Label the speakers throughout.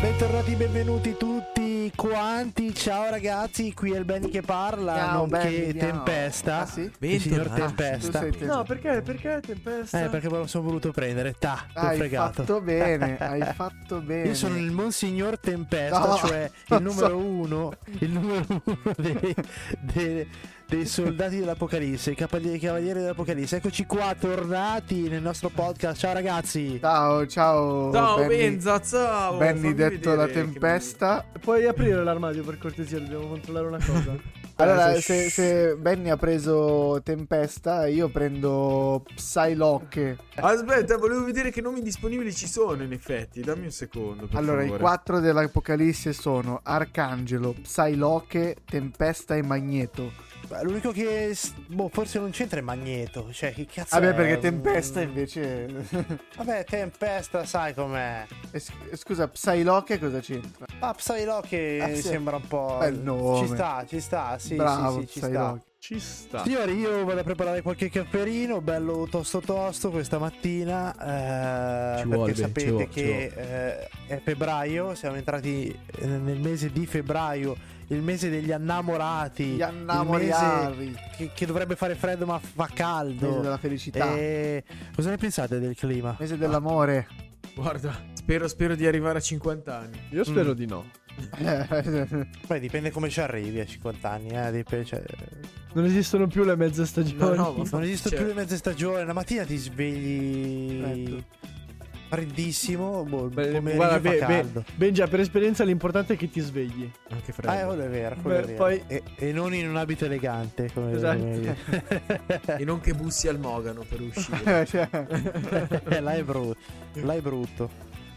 Speaker 1: bentornati, benvenuti tutti quanti. Ciao ragazzi, qui è il Benny che parla,
Speaker 2: Ciao,
Speaker 1: nonché
Speaker 2: Benny, ciao.
Speaker 1: Tempesta.
Speaker 2: Ah, sì?
Speaker 1: Il signor
Speaker 3: Bentornati.
Speaker 1: Tempesta.
Speaker 2: Ah, Tu sei te-
Speaker 4: No, perché? Perché Tempesta?
Speaker 1: Eh, perché me lo sono voluto prendere. Ta, ti ho
Speaker 2: hai
Speaker 1: fregato.
Speaker 2: fatto bene, hai fatto bene.
Speaker 1: Io sono il Monsignor Tempesta,
Speaker 2: No,
Speaker 1: cioè
Speaker 2: non
Speaker 1: il numero uno, il numero uno dei, dei- dei soldati dell'Apocalisse, i cavalieri, i cavalieri dell'Apocalisse. Eccoci qua, tornati nel nostro podcast. Ciao ragazzi.
Speaker 2: Ciao, ciao.
Speaker 3: Ciao
Speaker 2: Benny.
Speaker 3: Benza, ciao!
Speaker 2: Benny
Speaker 3: fammi
Speaker 2: detto
Speaker 3: vedere
Speaker 2: la
Speaker 3: che
Speaker 2: tempesta.
Speaker 4: Puoi aprire l'armadio per cortesia, dobbiamo controllare una cosa.
Speaker 2: Allora,
Speaker 1: Adesso-
Speaker 2: se, se Benny ha preso tempesta, io prendo Psylocke.
Speaker 3: mi- Aspetta, volevo vedere che nomi disponibili ci sono in effetti, dammi un secondo per
Speaker 2: Allora, i
Speaker 3: favore.
Speaker 2: quattro dell'Apocalisse sono Arcangelo, Psylocke, Tempesta e Magneto.
Speaker 1: Beh, L'unico che s- boh, forse non c'entra è Magneto. Cioè, che cazzo
Speaker 2: Vabbè,
Speaker 1: è?
Speaker 2: perché
Speaker 1: Mm,
Speaker 2: Tempesta invece...
Speaker 1: Vabbè, Tempesta, sai com'è.
Speaker 2: Eh, s- Scusa, Psylocke cosa c'entra?
Speaker 1: Ma Psylocke
Speaker 2: Ah, sì.
Speaker 1: sembra un po'.
Speaker 2: Bel nome.
Speaker 1: Ci sta, ci sta, sì,
Speaker 2: Bravo,
Speaker 1: sì, sì, ci sta.
Speaker 2: Psylocke.
Speaker 3: Ci sta.
Speaker 1: Signori, io vado a preparare qualche cafferino bello tosto tosto questa mattina. eh,
Speaker 3: Ci
Speaker 1: perché
Speaker 3: vuole, beh,
Speaker 1: sapete
Speaker 3: ci vuole, ci
Speaker 1: che eh, è febbraio, siamo entrati eh, nel mese di febbraio, il mese degli annamorati.
Speaker 2: Gli
Speaker 1: il
Speaker 2: annamoriari.
Speaker 1: mese che, che dovrebbe fare freddo, ma fa
Speaker 2: Mese
Speaker 1: caldo.
Speaker 2: della felicità.
Speaker 1: E cosa ne pensate del clima?
Speaker 2: Mese dell'amore.
Speaker 3: Guarda, spero, spero di arrivare a 50 anni.
Speaker 4: Io
Speaker 1: spero
Speaker 4: spero di no.
Speaker 2: Cioè,
Speaker 1: Beh, Eh, dipende come ci arrivi a 50 anni, eh, dip- cioè,
Speaker 4: Non esistono più le mezze stagioni.
Speaker 3: No, no, ma-
Speaker 1: Non esistono
Speaker 3: Cioè-
Speaker 1: più le mezze stagioni. La mattina ti svegli
Speaker 2: Ecco.
Speaker 1: freddissimo. Boh,
Speaker 4: Eh, Beh,
Speaker 1: come
Speaker 4: guarda,
Speaker 1: fa
Speaker 4: be- be-
Speaker 1: caldo.
Speaker 4: Benja, per esperienza l'importante è che ti svegli.
Speaker 3: Anche freddo.
Speaker 1: Ah, eh, quello è vero, quello è
Speaker 4: Beh,
Speaker 1: vero.
Speaker 4: poi-
Speaker 1: E, e non in un abito elegante. Come
Speaker 4: Esatto.
Speaker 3: E non che bussi al mogano per uscire.
Speaker 2: Cioè,
Speaker 1: Eh, là, è bru- là è brutto.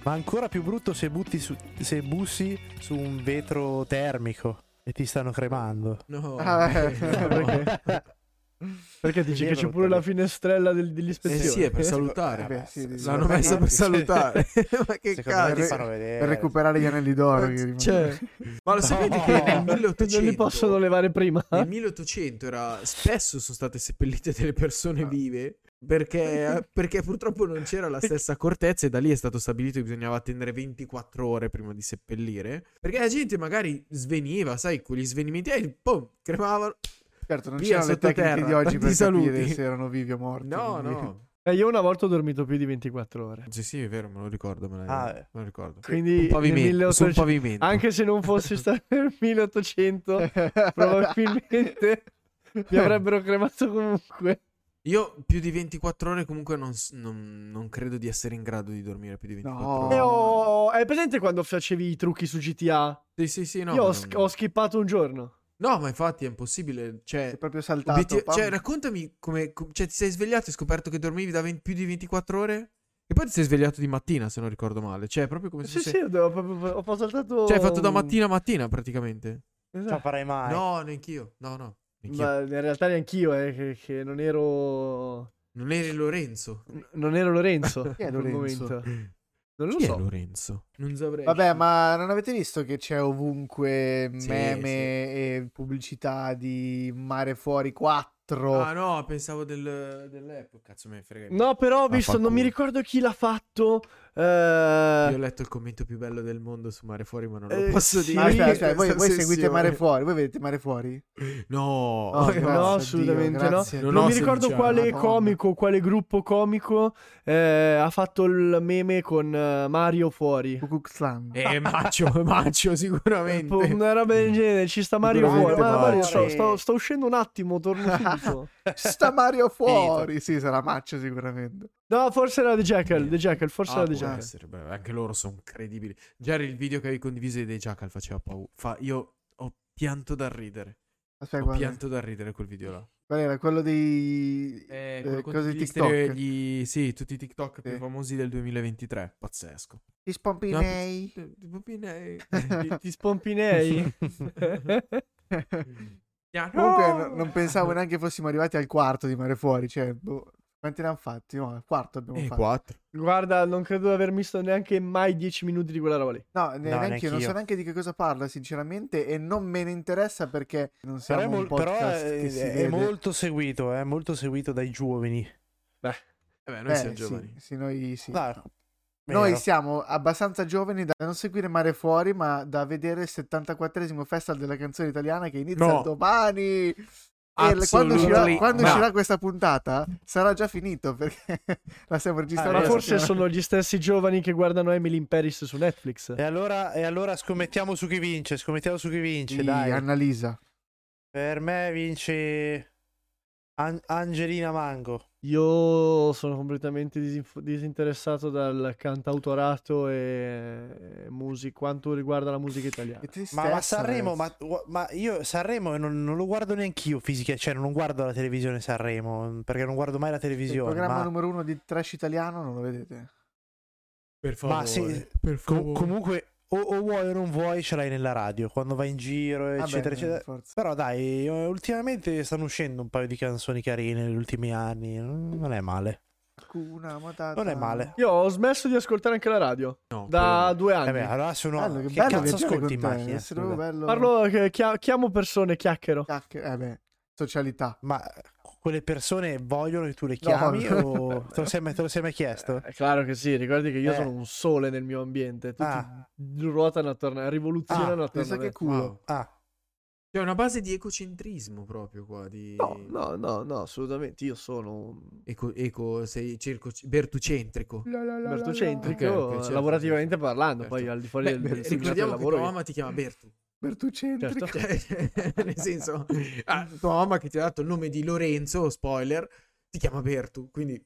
Speaker 1: Ma ancora più brutto se, butti su- se bussi su un vetro termico e ti stanno cremando. Eh,
Speaker 3: No.
Speaker 2: Ah, eh.
Speaker 3: no.
Speaker 4: Perché? Perché dici
Speaker 1: Io
Speaker 4: che
Speaker 1: non
Speaker 4: c'è
Speaker 1: lo
Speaker 4: pure
Speaker 1: so.
Speaker 4: la finestrella del-
Speaker 3: Eh
Speaker 4: dell'ispezione.
Speaker 3: sì, è per
Speaker 2: Eh,
Speaker 3: salutare.
Speaker 2: beh, sì, sì, sì.
Speaker 3: L'hanno messa per salutare. Ma che
Speaker 1: Secondo me ti
Speaker 3: cazzo.
Speaker 1: fanno vedere.
Speaker 2: per recuperare gli anelli d'oro. che rimangono.
Speaker 3: Cioè, ma lo sapete
Speaker 1: No.
Speaker 3: che nel
Speaker 1: Non li
Speaker 3: 1800
Speaker 4: Non li possono levare prima.
Speaker 3: Nel 1800 era spesso sono state seppellite delle persone vive perché, perché purtroppo non c'era la stessa accortezza e da lì è stato stabilito che bisognava attendere 24 ore prima di seppellire perché la gente magari sveniva, sai, con gli svenimenti e pum, cremavano.
Speaker 2: certo, non
Speaker 3: via,
Speaker 2: c'erano le
Speaker 3: sottoterra,
Speaker 2: tecniche di oggi per
Speaker 3: tanti
Speaker 2: sapere
Speaker 3: saluti.
Speaker 2: se erano vivi o morti.
Speaker 3: No,
Speaker 2: quindi-
Speaker 3: no.
Speaker 4: Eh, io una volta ho dormito più di 24 ore.
Speaker 3: Sì, sì, è vero, me lo ricordo, me, la-
Speaker 1: Ah, eh.
Speaker 3: me lo ricordo.
Speaker 4: Quindi
Speaker 3: un pavimento,
Speaker 4: nel
Speaker 3: su un
Speaker 4: 1800
Speaker 3: pavimento.
Speaker 4: Anche se non fosse stato nel 1800, probabilmente mi avrebbero cremato comunque.
Speaker 3: Io più di 24 ore comunque non, s- non- non credo di essere in grado di dormire più di 24
Speaker 2: No.
Speaker 3: ore.
Speaker 4: E ho- Hai presente quando facevi i trucchi su GTA?
Speaker 3: Sì, sì, sì, no.
Speaker 4: Io ho,
Speaker 3: non-
Speaker 4: sk- ho skippato un giorno.
Speaker 3: No, ma infatti è impossibile. Cioè,
Speaker 2: È proprio saltato.
Speaker 3: Obiettivo-
Speaker 2: pam.
Speaker 3: cioè, raccontami come, com- cioè, ti sei svegliato e hai scoperto che dormivi da 20 più di 24 ore? E poi ti sei svegliato di mattina, se non ricordo male. Cioè, proprio come
Speaker 4: Sì,
Speaker 3: se
Speaker 4: sì,
Speaker 3: fosse-
Speaker 4: ho, proprio- ho saltato.
Speaker 3: Cioè, hai fatto da mattina a mattina, praticamente.
Speaker 1: Non la
Speaker 4: Esatto.
Speaker 1: farai mai.
Speaker 3: No, neanch'io. No, no. neanch'io.
Speaker 4: Ma in realtà neanch'io, eh, che, che non ero.
Speaker 3: Non eri Lorenzo.
Speaker 4: Non ero Lorenzo.
Speaker 2: Chi è
Speaker 4: in quel
Speaker 2: Lorenzo?
Speaker 4: momento. Non lo
Speaker 3: Chi è
Speaker 4: so.
Speaker 3: Lorenzo? Non saprei.
Speaker 2: Vabbè, ma non avete visto che c'è ovunque meme
Speaker 3: Sì, sì.
Speaker 2: e pubblicità di Mare Fuori 4?
Speaker 3: Ah, no, pensavo del, dell'Apple. Cazzo, me ne frega.
Speaker 4: No, però ho
Speaker 3: fa
Speaker 4: visto, non
Speaker 3: culo.
Speaker 4: mi ricordo chi l'ha fatto. eh,
Speaker 3: Io ho letto il commento più bello del mondo su Mare Fuori, ma non lo
Speaker 4: Eh,
Speaker 3: posso
Speaker 4: sì.
Speaker 3: dire.
Speaker 2: Ma
Speaker 3: in
Speaker 2: Ah, aspetta,
Speaker 3: questa
Speaker 2: aspetta, voi, voi seguite
Speaker 3: sessione.
Speaker 2: Mare Fuori? Voi vedete Mare Fuori?
Speaker 3: No.
Speaker 2: Oh, grazie a Dio,
Speaker 4: assolutamente no.
Speaker 2: grazie a
Speaker 3: Non
Speaker 2: Dio.
Speaker 4: non
Speaker 3: ho
Speaker 4: mi ricordo
Speaker 3: 16
Speaker 4: quale
Speaker 2: anni, madonna.
Speaker 4: comico, quale gruppo comico eh, ha fatto il meme con eh, Mario fuori.
Speaker 2: Ku Klux Klan.
Speaker 3: Eh, Maccio, Maccio, sicuramente.
Speaker 4: Una roba del genere, ci sta Mario
Speaker 2: Veramente
Speaker 4: fuori. Ma, ma
Speaker 2: Mario.
Speaker 4: sto, sto- sto uscendo un attimo, torno subito.
Speaker 2: Sta Mario fuori. sì, sarà Maccio sicuramente.
Speaker 4: No, forse era The Jackal, The Jackal, forse
Speaker 3: Ah,
Speaker 4: era The
Speaker 3: può
Speaker 4: Jackal.
Speaker 3: essere, beh, anche loro sono incredibili. Già il video che avevi condiviso dei Jackal faceva paura. Fa- io ho pianto da ridere.
Speaker 2: Aspetta,
Speaker 3: Ho
Speaker 2: guarda.
Speaker 3: pianto da ridere quel video là.
Speaker 2: Qual era? Quello dei
Speaker 3: Eh,
Speaker 2: eh,
Speaker 3: quello con
Speaker 2: cose
Speaker 3: tutti gli
Speaker 2: TikTok.
Speaker 3: stereo- gli- sì, tutti i TikTok più
Speaker 2: Sì.
Speaker 3: famosi del 2023. Pazzesco.
Speaker 2: Gli
Speaker 3: No,
Speaker 2: spompinei.
Speaker 3: ti- ti pompinei.
Speaker 4: Ti, ti spompinei?
Speaker 3: Yeah, no!
Speaker 2: Comunque no- non pensavo neanche fossimo arrivati al quarto di Mare Fuori, cioè boh, quanti ne hanno fatti? No, al quarto abbiamo
Speaker 3: Eh,
Speaker 2: fatto.
Speaker 3: quattro.
Speaker 4: Guarda, non credo di aver visto neanche mai 10 minuti di quella roba lì.
Speaker 2: No, ne-
Speaker 1: No,
Speaker 2: neanche io, non
Speaker 1: neanch'io.
Speaker 2: so neanche di che cosa parla sinceramente e non me ne interessa perché non siamo
Speaker 1: Però è,
Speaker 2: un
Speaker 1: mol- però
Speaker 2: podcast
Speaker 1: è-
Speaker 2: che si
Speaker 1: è
Speaker 2: vede.
Speaker 1: molto seguito, è molto seguito dai giovani.
Speaker 3: Eh beh, noi
Speaker 2: Eh,
Speaker 3: siamo
Speaker 2: sì,
Speaker 3: giovani.
Speaker 2: sì, noi sì.
Speaker 1: Dai,
Speaker 2: Noi
Speaker 1: Vero.
Speaker 2: siamo abbastanza giovani da non seguire Mare Fuori, ma da vedere il 74esimo Festival della canzone italiana che inizia
Speaker 3: No.
Speaker 2: domani. E le- quando uscirà,
Speaker 3: Absolutely
Speaker 2: quando
Speaker 3: no.
Speaker 2: uscirà questa puntata sarà già finito perché la stiamo registrando.
Speaker 4: Ma
Speaker 1: Eh,
Speaker 2: la
Speaker 4: forse
Speaker 2: settimana-
Speaker 4: sono gli stessi giovani che guardano Emily in Paris su Netflix.
Speaker 1: E allora, e allora scommettiamo su chi vince, scommettiamo su chi vince,
Speaker 2: Sì,
Speaker 1: dai.
Speaker 2: Annalisa.
Speaker 1: Per me vince An- Angelina Mango.
Speaker 4: Io sono completamente disinfo- disinteressato dal cantautorato e e musi- quanto riguarda la musica italiana.
Speaker 2: Che tristezza,
Speaker 1: Ma, ma Sanremo, ma,
Speaker 2: ragazzi.
Speaker 1: ma io Sanremo non, non lo guardo neanch'io fisica, cioè non guardo la televisione Sanremo, perché non guardo mai la
Speaker 2: il
Speaker 1: televisione.
Speaker 2: programma
Speaker 1: ma-
Speaker 2: numero uno di trash italiano non lo vedete.
Speaker 3: Per
Speaker 1: Ma
Speaker 3: favore.
Speaker 1: sì,
Speaker 3: per
Speaker 1: Com-
Speaker 3: favore.
Speaker 1: comunque, o, o vuoi o non vuoi, ce l'hai nella radio quando vai in giro,
Speaker 2: Vabbè,
Speaker 1: eccetera, eccetera.
Speaker 2: forza.
Speaker 1: Però dai, eh, ultimamente stanno uscendo un paio di canzoni carine negli ultimi anni. Non non è male.
Speaker 2: Hakuna Matata.
Speaker 1: Non è male.
Speaker 4: Io ho smesso di ascoltare anche la radio
Speaker 3: No, quello
Speaker 4: da due
Speaker 1: Eh beh,
Speaker 4: anni.
Speaker 1: allora se uno.
Speaker 2: Bello,
Speaker 1: che
Speaker 2: che bello
Speaker 1: cazzo
Speaker 2: viaggiare
Speaker 1: ascolti eh? in
Speaker 2: con te,
Speaker 1: macchina?
Speaker 2: essere proprio
Speaker 1: scusa?
Speaker 2: bello.
Speaker 4: Parlo, eh, chia- chiamo persone, chiacchiero.
Speaker 2: Chiacchiere- eh beh, socialità.
Speaker 1: Ma quelle persone vogliono che tu le chiami
Speaker 2: No. Eh,
Speaker 1: o te lo sei mai, te lo sei mai chiesto?
Speaker 4: È chiaro Eh, che sì, ricordi che io
Speaker 1: Eh.
Speaker 4: sono un sole nel mio ambiente, tutti
Speaker 1: Ah.
Speaker 4: ruotano attorno, rivoluzionano attorno
Speaker 2: Pensa
Speaker 4: a me.
Speaker 2: che culo.
Speaker 3: Wow.
Speaker 1: Ah,
Speaker 3: C'è una base di ecocentrismo proprio qua. Di...
Speaker 4: No, no, no, no, assolutamente, io sono un-
Speaker 3: Eco, eco- sei circo, bertucentrico.
Speaker 2: Mm.
Speaker 4: bertocentrico,
Speaker 3: Ok, ok, certo,
Speaker 4: lavorativamente
Speaker 3: certo,
Speaker 4: parlando,
Speaker 3: certo.
Speaker 4: poi al di fuori
Speaker 3: Beh,
Speaker 4: del, del significato del
Speaker 3: ricordiamo che
Speaker 4: lavoro.
Speaker 3: tua mamma ti chiama Bertu.
Speaker 2: Bertucentrico.
Speaker 4: Certo.
Speaker 3: Cioè, nel senso, ah, tua mamma che ti ha dato il nome di Lorenzo, spoiler, ti chiama Bertu, quindi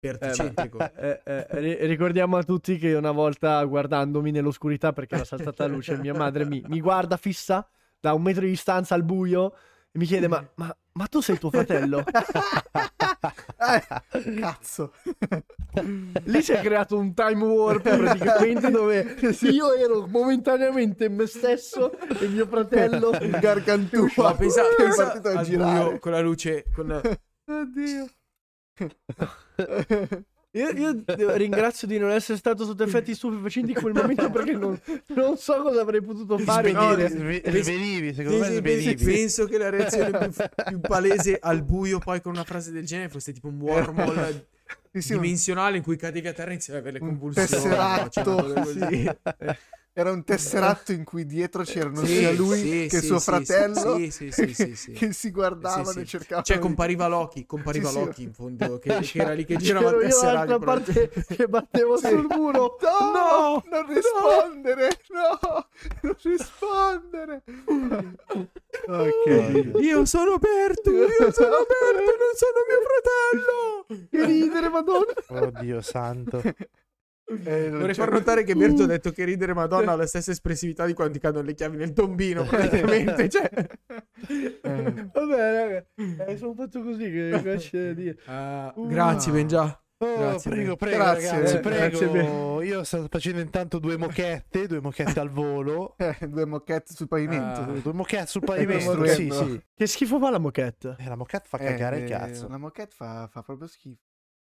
Speaker 3: Bertucentrico.
Speaker 4: Eh, eh, ri- ricordiamo a tutti che una volta guardandomi nell'oscurità perché era saltata la luce, mia madre mi, mi guarda fissa da un metro di distanza al buio e mi chiede: Ma, ma- ma tu sei tuo fratello?
Speaker 2: Eh, cazzo.
Speaker 4: Lì si è creato un time warp praticamente dove io ero momentaneamente me stesso e mio fratello.
Speaker 2: Il gargantua.
Speaker 3: Ma pensa,
Speaker 2: che è
Speaker 3: pensa
Speaker 2: partito a
Speaker 3: al buio
Speaker 2: girare.
Speaker 3: con la luce, con
Speaker 2: Oddio.
Speaker 4: Io, io devo- ringrazio di non essere stato sotto effetti stupefacenti in quel momento perché non, non so cosa avrei potuto fare.
Speaker 3: No,
Speaker 4: o
Speaker 1: Svenire,
Speaker 4: dire.
Speaker 1: sve-
Speaker 3: pensi-
Speaker 1: svenivi, secondo me
Speaker 3: Penso, penso-
Speaker 1: svenivi.
Speaker 3: penso che la reazione più, più palese al buio poi con una frase del genere fosse tipo un wormhole
Speaker 2: Sì, sì, un-
Speaker 3: dimensionale in cui cadevi a terra e iniziavi ad avere le
Speaker 2: Un
Speaker 3: convulsioni.
Speaker 2: tesseratto,
Speaker 3: no? Cioè, una cosa così.
Speaker 2: Era un tesseratto in cui dietro c'erano
Speaker 3: Sì,
Speaker 2: sia lui
Speaker 3: sì,
Speaker 2: che
Speaker 3: sì,
Speaker 2: suo
Speaker 3: sì,
Speaker 2: fratello
Speaker 3: sì, sì, sì, sì, sì.
Speaker 2: che si guardavano
Speaker 3: Sì, sì.
Speaker 2: e cercavano.
Speaker 3: Cioè
Speaker 2: di-
Speaker 3: compariva Loki, compariva
Speaker 2: Sì, sì.
Speaker 3: Loki in fondo, che, che era lì che girava
Speaker 4: C'ero
Speaker 3: il
Speaker 4: io
Speaker 3: tesseraglio.
Speaker 4: dall'altra parte che battevo
Speaker 2: Sì.
Speaker 4: sul muro.
Speaker 2: No,
Speaker 4: No!
Speaker 2: non rispondere, no, non rispondere. ok.
Speaker 3: però- Io sono Bertu, io sono Bertu, non sono mio fratello!
Speaker 4: Che ridere, madonna!
Speaker 1: Oddio santo.
Speaker 2: Eh, non
Speaker 3: Vorrei
Speaker 2: c'è-
Speaker 3: far notare che Bertu ha detto che ridere Madonna ha la stessa espressività di quando ti cadono le chiavi nel tombino, praticamente. cioè.
Speaker 2: Eh.
Speaker 4: Vabbè, raga, eh, sono fatto così che riesce a dire.
Speaker 3: Ah, grazie, Benja.
Speaker 1: Oh,
Speaker 3: Grazie,
Speaker 1: prego,
Speaker 3: prego.
Speaker 1: prego,
Speaker 2: Grazie,
Speaker 1: ragazzi,
Speaker 2: eh,
Speaker 1: prego.
Speaker 4: grazie mille.
Speaker 1: Io sto facendo intanto due mochette, due mochette al volo.
Speaker 2: Eh, due moquette sul pavimento.
Speaker 3: Ah.
Speaker 1: Due mochette sul pavimento,
Speaker 2: Sto
Speaker 1: sì,
Speaker 2: morendo.
Speaker 1: sì.
Speaker 4: Che schifo fa la moquette?
Speaker 1: Eh, La moquette fa
Speaker 2: Eh,
Speaker 1: cagare
Speaker 2: eh,
Speaker 1: il cazzo.
Speaker 2: Una moquette fa, fa proprio schifo.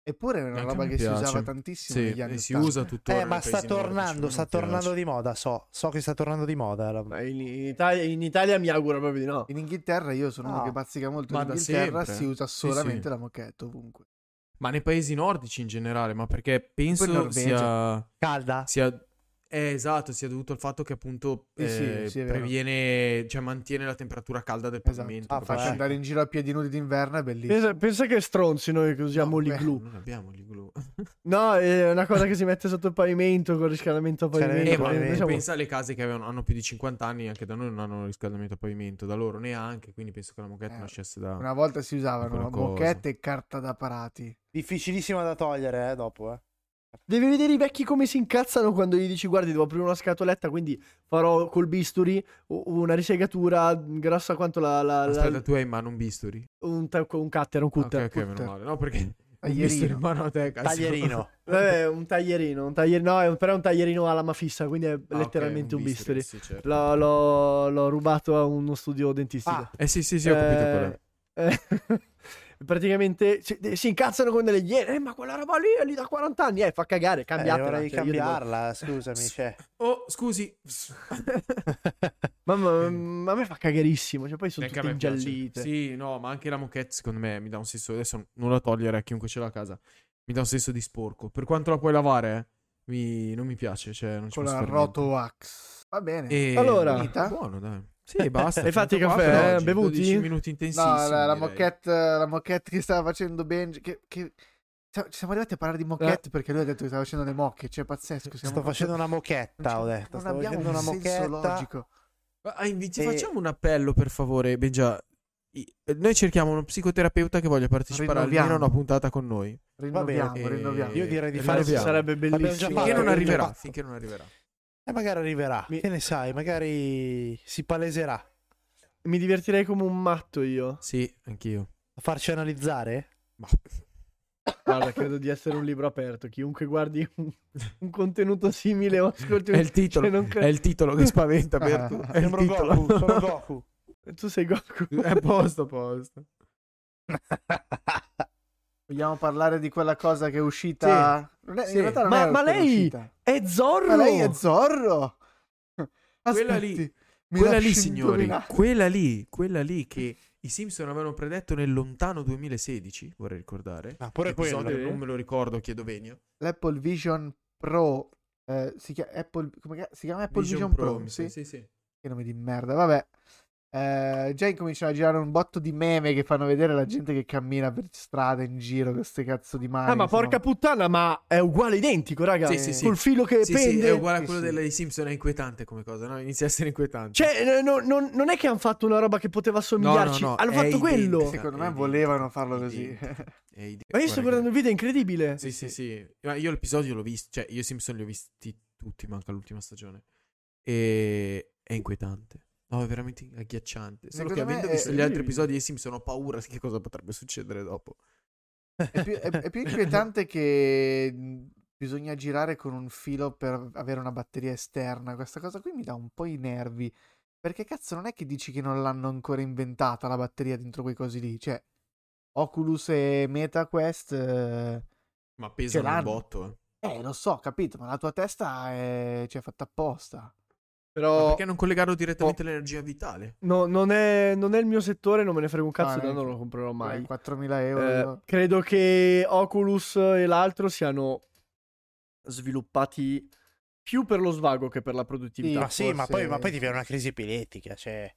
Speaker 2: Eppure era una
Speaker 3: Anche a
Speaker 2: roba
Speaker 3: me
Speaker 2: che si
Speaker 3: piace.
Speaker 2: usava tantissimo negli anni
Speaker 3: e si
Speaker 2: 80.
Speaker 3: usa tuttora.
Speaker 1: Eh, ma
Speaker 3: nei
Speaker 1: sta
Speaker 3: paesi nordici,
Speaker 1: tornando,
Speaker 3: non
Speaker 1: sta
Speaker 3: mi piace.
Speaker 1: tornando di moda, so, so che sta tornando di moda. la-
Speaker 4: Ma In, in Italia, in Italia mi auguro proprio di no.
Speaker 2: In Inghilterra io sono uno
Speaker 1: Ah.
Speaker 2: che bazzica molto.
Speaker 3: Ma
Speaker 2: in
Speaker 3: da
Speaker 2: Inghilterra
Speaker 3: sempre.
Speaker 2: si usa
Speaker 3: Sì, sì.
Speaker 2: solamente la moquette ovunque.
Speaker 3: Ma nei paesi nordici in generale, ma perché
Speaker 2: in
Speaker 3: penso
Speaker 2: Norvegia.
Speaker 3: sia,
Speaker 1: Calda?
Speaker 3: sia- eh, esatto, sia dovuto al fatto che appunto
Speaker 2: Sì, sì,
Speaker 3: eh,
Speaker 2: sì, è vero.
Speaker 3: previene, cioè mantiene la temperatura calda del
Speaker 2: Esatto.
Speaker 3: pavimento.
Speaker 1: Ah,
Speaker 2: Ah,
Speaker 1: faccio
Speaker 2: farci
Speaker 1: sì.
Speaker 2: andare in giro a piedi nudi d'inverno è
Speaker 3: Esatto.
Speaker 2: bellissimo.
Speaker 4: Pensa, pensa che stronzi noi che usiamo
Speaker 2: No, beh.
Speaker 4: l'igloo.
Speaker 3: Non abbiamo l'igloo.
Speaker 2: Eh,
Speaker 4: No, è una cosa che si mette sotto il pavimento con il riscaldamento a
Speaker 1: Cioè,
Speaker 4: pavimento.
Speaker 1: Eh,
Speaker 4: Diciamo
Speaker 3: Eh, ma
Speaker 1: poi
Speaker 4: Noi
Speaker 1: vedi,
Speaker 2: diciamo
Speaker 4: siamo-
Speaker 3: pensa alle case che avevano- hanno più di 50 anni, anche da noi non hanno riscaldamento a pavimento, da loro neanche, quindi penso che la moquette
Speaker 2: Eh,
Speaker 3: nascesse da... Ah,
Speaker 2: Una volta si
Speaker 3: Quella
Speaker 2: usavano
Speaker 3: cosa.
Speaker 2: moquette e carta da parati.
Speaker 1: Difficilissima da togliere, eh, dopo, eh.
Speaker 4: Devi vedere i vecchi come si incazzano quando gli dici guardi devo aprire una scatoletta quindi farò col bisturi u- una risegatura grossa quanto la... la- la-
Speaker 3: Aspetta, tu hai in mano un bisturi?
Speaker 4: un, ta- un cutter, un
Speaker 3: Ah,
Speaker 4: cutter.
Speaker 3: ok, ok, meno
Speaker 2: cutter.
Speaker 3: male. No, perché un
Speaker 2: Taglierino.
Speaker 3: bisturi in mano a te, cazzo. Ah,
Speaker 1: Taglierino.
Speaker 4: Vabbè, un taglierino, un taglierino, no, è un- però è un taglierino a lama fissa, quindi è
Speaker 3: Ah, ok,
Speaker 4: letteralmente un bisturi.
Speaker 3: sì, certo.
Speaker 4: L'ho, l'ho- l'ho rubato a uno studio dentistico.
Speaker 1: Ah,
Speaker 3: Eh sì, sì, sì, ho capito
Speaker 4: Eh,
Speaker 3: qual è.
Speaker 4: eh, praticamente si, si incazzano con delle iene, "Eh, ma quella roba lì è lì da 40 anni, eh, fa cagare,
Speaker 1: Eh,
Speaker 4: cambiatela.
Speaker 1: vorrei
Speaker 4: cioè, io devo-
Speaker 1: cambiarla, scusami, cioè.
Speaker 3: Oh, scusi.
Speaker 4: Ma, ma- ma a me fa cagarissimo, cioè poi sono
Speaker 3: Neanche
Speaker 4: tutte
Speaker 3: a me Eh, piace.
Speaker 4: ingiallite.
Speaker 3: Sì, no, ma anche la moquette secondo me mi dà un senso adesso non la togliere a chiunque ce l'ha a casa. Mi dà un senso di sporco. Per quanto la puoi lavare, eh, Mi- non mi piace, cioè non ci
Speaker 2: con
Speaker 3: posso
Speaker 2: la
Speaker 3: fare
Speaker 2: Roto Axe. Va bene.
Speaker 3: niente. E...
Speaker 4: Allora.
Speaker 3: finita? Buono, dai. Sì, basta.
Speaker 4: Hai fatto
Speaker 3: finito
Speaker 4: i
Speaker 3: qua
Speaker 4: caffè,
Speaker 3: per
Speaker 4: eh?
Speaker 3: oggi.
Speaker 4: Bevuti?
Speaker 3: 12 minuti
Speaker 2: No,
Speaker 3: intensissimi.
Speaker 2: la, la
Speaker 3: direi.
Speaker 2: moquette, la moquette che stava facendo Benji. Che, che- Sa- Ci siamo arrivati a parlare di
Speaker 3: Eh.
Speaker 2: moquette perché lui ha detto che stava facendo le mocche. Cioè, pazzesco. siamo
Speaker 1: Sto
Speaker 2: proprio-
Speaker 1: facendo una mochetta, ho detto.
Speaker 2: Non
Speaker 1: Sto
Speaker 2: abbiamo
Speaker 1: facendo
Speaker 2: un
Speaker 1: una
Speaker 2: senso
Speaker 1: mochetta.
Speaker 2: logico.
Speaker 3: Ma, ah, inviti-
Speaker 1: E-
Speaker 3: Facciamo un appello, per favore, Benja. I- Noi cerchiamo uno psicoterapeuta che voglia partecipare almeno a
Speaker 2: Rinnoviamo.
Speaker 3: una puntata con noi.
Speaker 2: Rinnoviamo,
Speaker 3: Eh,
Speaker 2: rinnoviamo.
Speaker 1: Io direi di
Speaker 3: Eh,
Speaker 1: fare
Speaker 4: Anzi,
Speaker 3: rinnoviamo.
Speaker 4: sarebbe
Speaker 1: L'abbiamo già
Speaker 4: bellissimo. Cioè,
Speaker 1: fatto.
Speaker 3: Finché non
Speaker 1: eh,
Speaker 3: arriverà.
Speaker 1: eh,
Speaker 3: Finché non arriverà.
Speaker 1: E magari arriverà.
Speaker 4: Mi-
Speaker 1: Che ne sai, magari si paleserà. A
Speaker 4: Mi divertirei come un matto io.
Speaker 3: Sì, anch'io.
Speaker 1: farci analizzare?
Speaker 3: Ma-
Speaker 4: Guarda, credo di essere un libro aperto. Chiunque guardi un, un contenuto simile o ascolti un...
Speaker 3: È il titolo.
Speaker 4: cioè, non cre-
Speaker 3: È il titolo che spaventa Bertu. È il
Speaker 1: Sembro
Speaker 3: titolo.
Speaker 1: Goku, sono Goku.
Speaker 4: Tu sei Goku.
Speaker 3: È a posto, a posto.
Speaker 2: Vogliamo parlare di quella cosa che è uscita. Non è-
Speaker 3: Sì.
Speaker 2: In realtà non
Speaker 4: Ma-
Speaker 2: è
Speaker 4: ma
Speaker 2: appena
Speaker 4: lei-
Speaker 2: uscita.
Speaker 4: È Zorro!
Speaker 2: Ma lei è Zorro.
Speaker 3: Quella
Speaker 2: Aspetti,
Speaker 3: lì-
Speaker 2: mi
Speaker 3: quella
Speaker 2: lasci
Speaker 3: lì, signori,
Speaker 2: indovinare.
Speaker 3: quella lì, quella lì che i Simpson avevano predetto nel lontano 2016, vorrei ricordare.
Speaker 1: Ah, pure
Speaker 3: Episodio,
Speaker 1: quello.
Speaker 3: Non me lo ricordo, chiedo venia.
Speaker 2: L'Apple Vision Pro. eh, si, chiama Apple, come chi- si chiama Apple Vision, Pro,
Speaker 3: mi
Speaker 2: sì?
Speaker 3: sa- sì, sì.
Speaker 2: Che nome di merda, vabbè. Eh, già incominciano a girare un botto di meme che fanno vedere la gente che cammina per strada in giro con queste cazzo di mani.
Speaker 4: Ah, ma
Speaker 2: che sono-
Speaker 4: porca puttana, ma è uguale identico, raga.
Speaker 3: Sì, sì, sì.
Speaker 4: Col filo che
Speaker 3: Sì, sì,
Speaker 4: pende.
Speaker 3: è uguale a quello
Speaker 2: Sì, sì.
Speaker 3: dei Simpson, è inquietante come cosa, no? Inizia a essere inquietante.
Speaker 4: Cioè, eh, no- non- non è che hanno fatto una roba che poteva somigliarci.
Speaker 3: no,
Speaker 4: hanno
Speaker 3: è
Speaker 4: fatto quello.
Speaker 3: identica.
Speaker 2: Secondo
Speaker 3: È
Speaker 2: me
Speaker 3: identico,
Speaker 2: volevano farlo così.
Speaker 3: identico. È ide-
Speaker 4: Ma io
Speaker 3: guarda
Speaker 4: sto
Speaker 3: che-
Speaker 4: guardando il video, è incredibile.
Speaker 3: Sì, sì, sì. Ma io l'episodio l'ho visto, cioè io i Simpson li ho visti tutti, manca l'ultima stagione. E è inquietante. No, è veramente agghiacciante. Solo
Speaker 2: Secondo
Speaker 3: che
Speaker 2: me
Speaker 3: avendo
Speaker 2: è-
Speaker 3: visto gli
Speaker 4: è-
Speaker 3: altri episodi dei Simpson ho paura che cosa potrebbe succedere dopo.
Speaker 2: È più, è- è più inquietante che mh, bisogna girare con un filo per avere una batteria esterna. Questa cosa qui mi dà un po' i nervi. Perché cazzo non è che dici che non l'hanno ancora inventata la batteria dentro quei cosi lì? Cioè, Oculus e MetaQuest... Eh,
Speaker 3: Ma pesano un
Speaker 2: l'hanno.
Speaker 3: botto, eh.
Speaker 2: eh, lo so, capito, ma la tua testa è... cioè, fatta apposta.
Speaker 3: Ma
Speaker 4: Però
Speaker 3: perché non collegarlo direttamente all'energia vitale?
Speaker 4: no, non, è, non è il mio settore, non me ne frega un
Speaker 2: No,
Speaker 3: Ah,
Speaker 4: cazzo,
Speaker 2: neanche.
Speaker 4: non lo comprerò
Speaker 2: Vai,
Speaker 4: mai.
Speaker 2: 4.000 Cioè, euro.
Speaker 4: Eh,
Speaker 2: io-
Speaker 4: credo che Oculus e l'altro siano sviluppati più per lo svago che per la produttività.
Speaker 1: Ma sì, ma poi,
Speaker 2: forse-
Speaker 1: ma poi ti viene una crisi epilettica, cioè...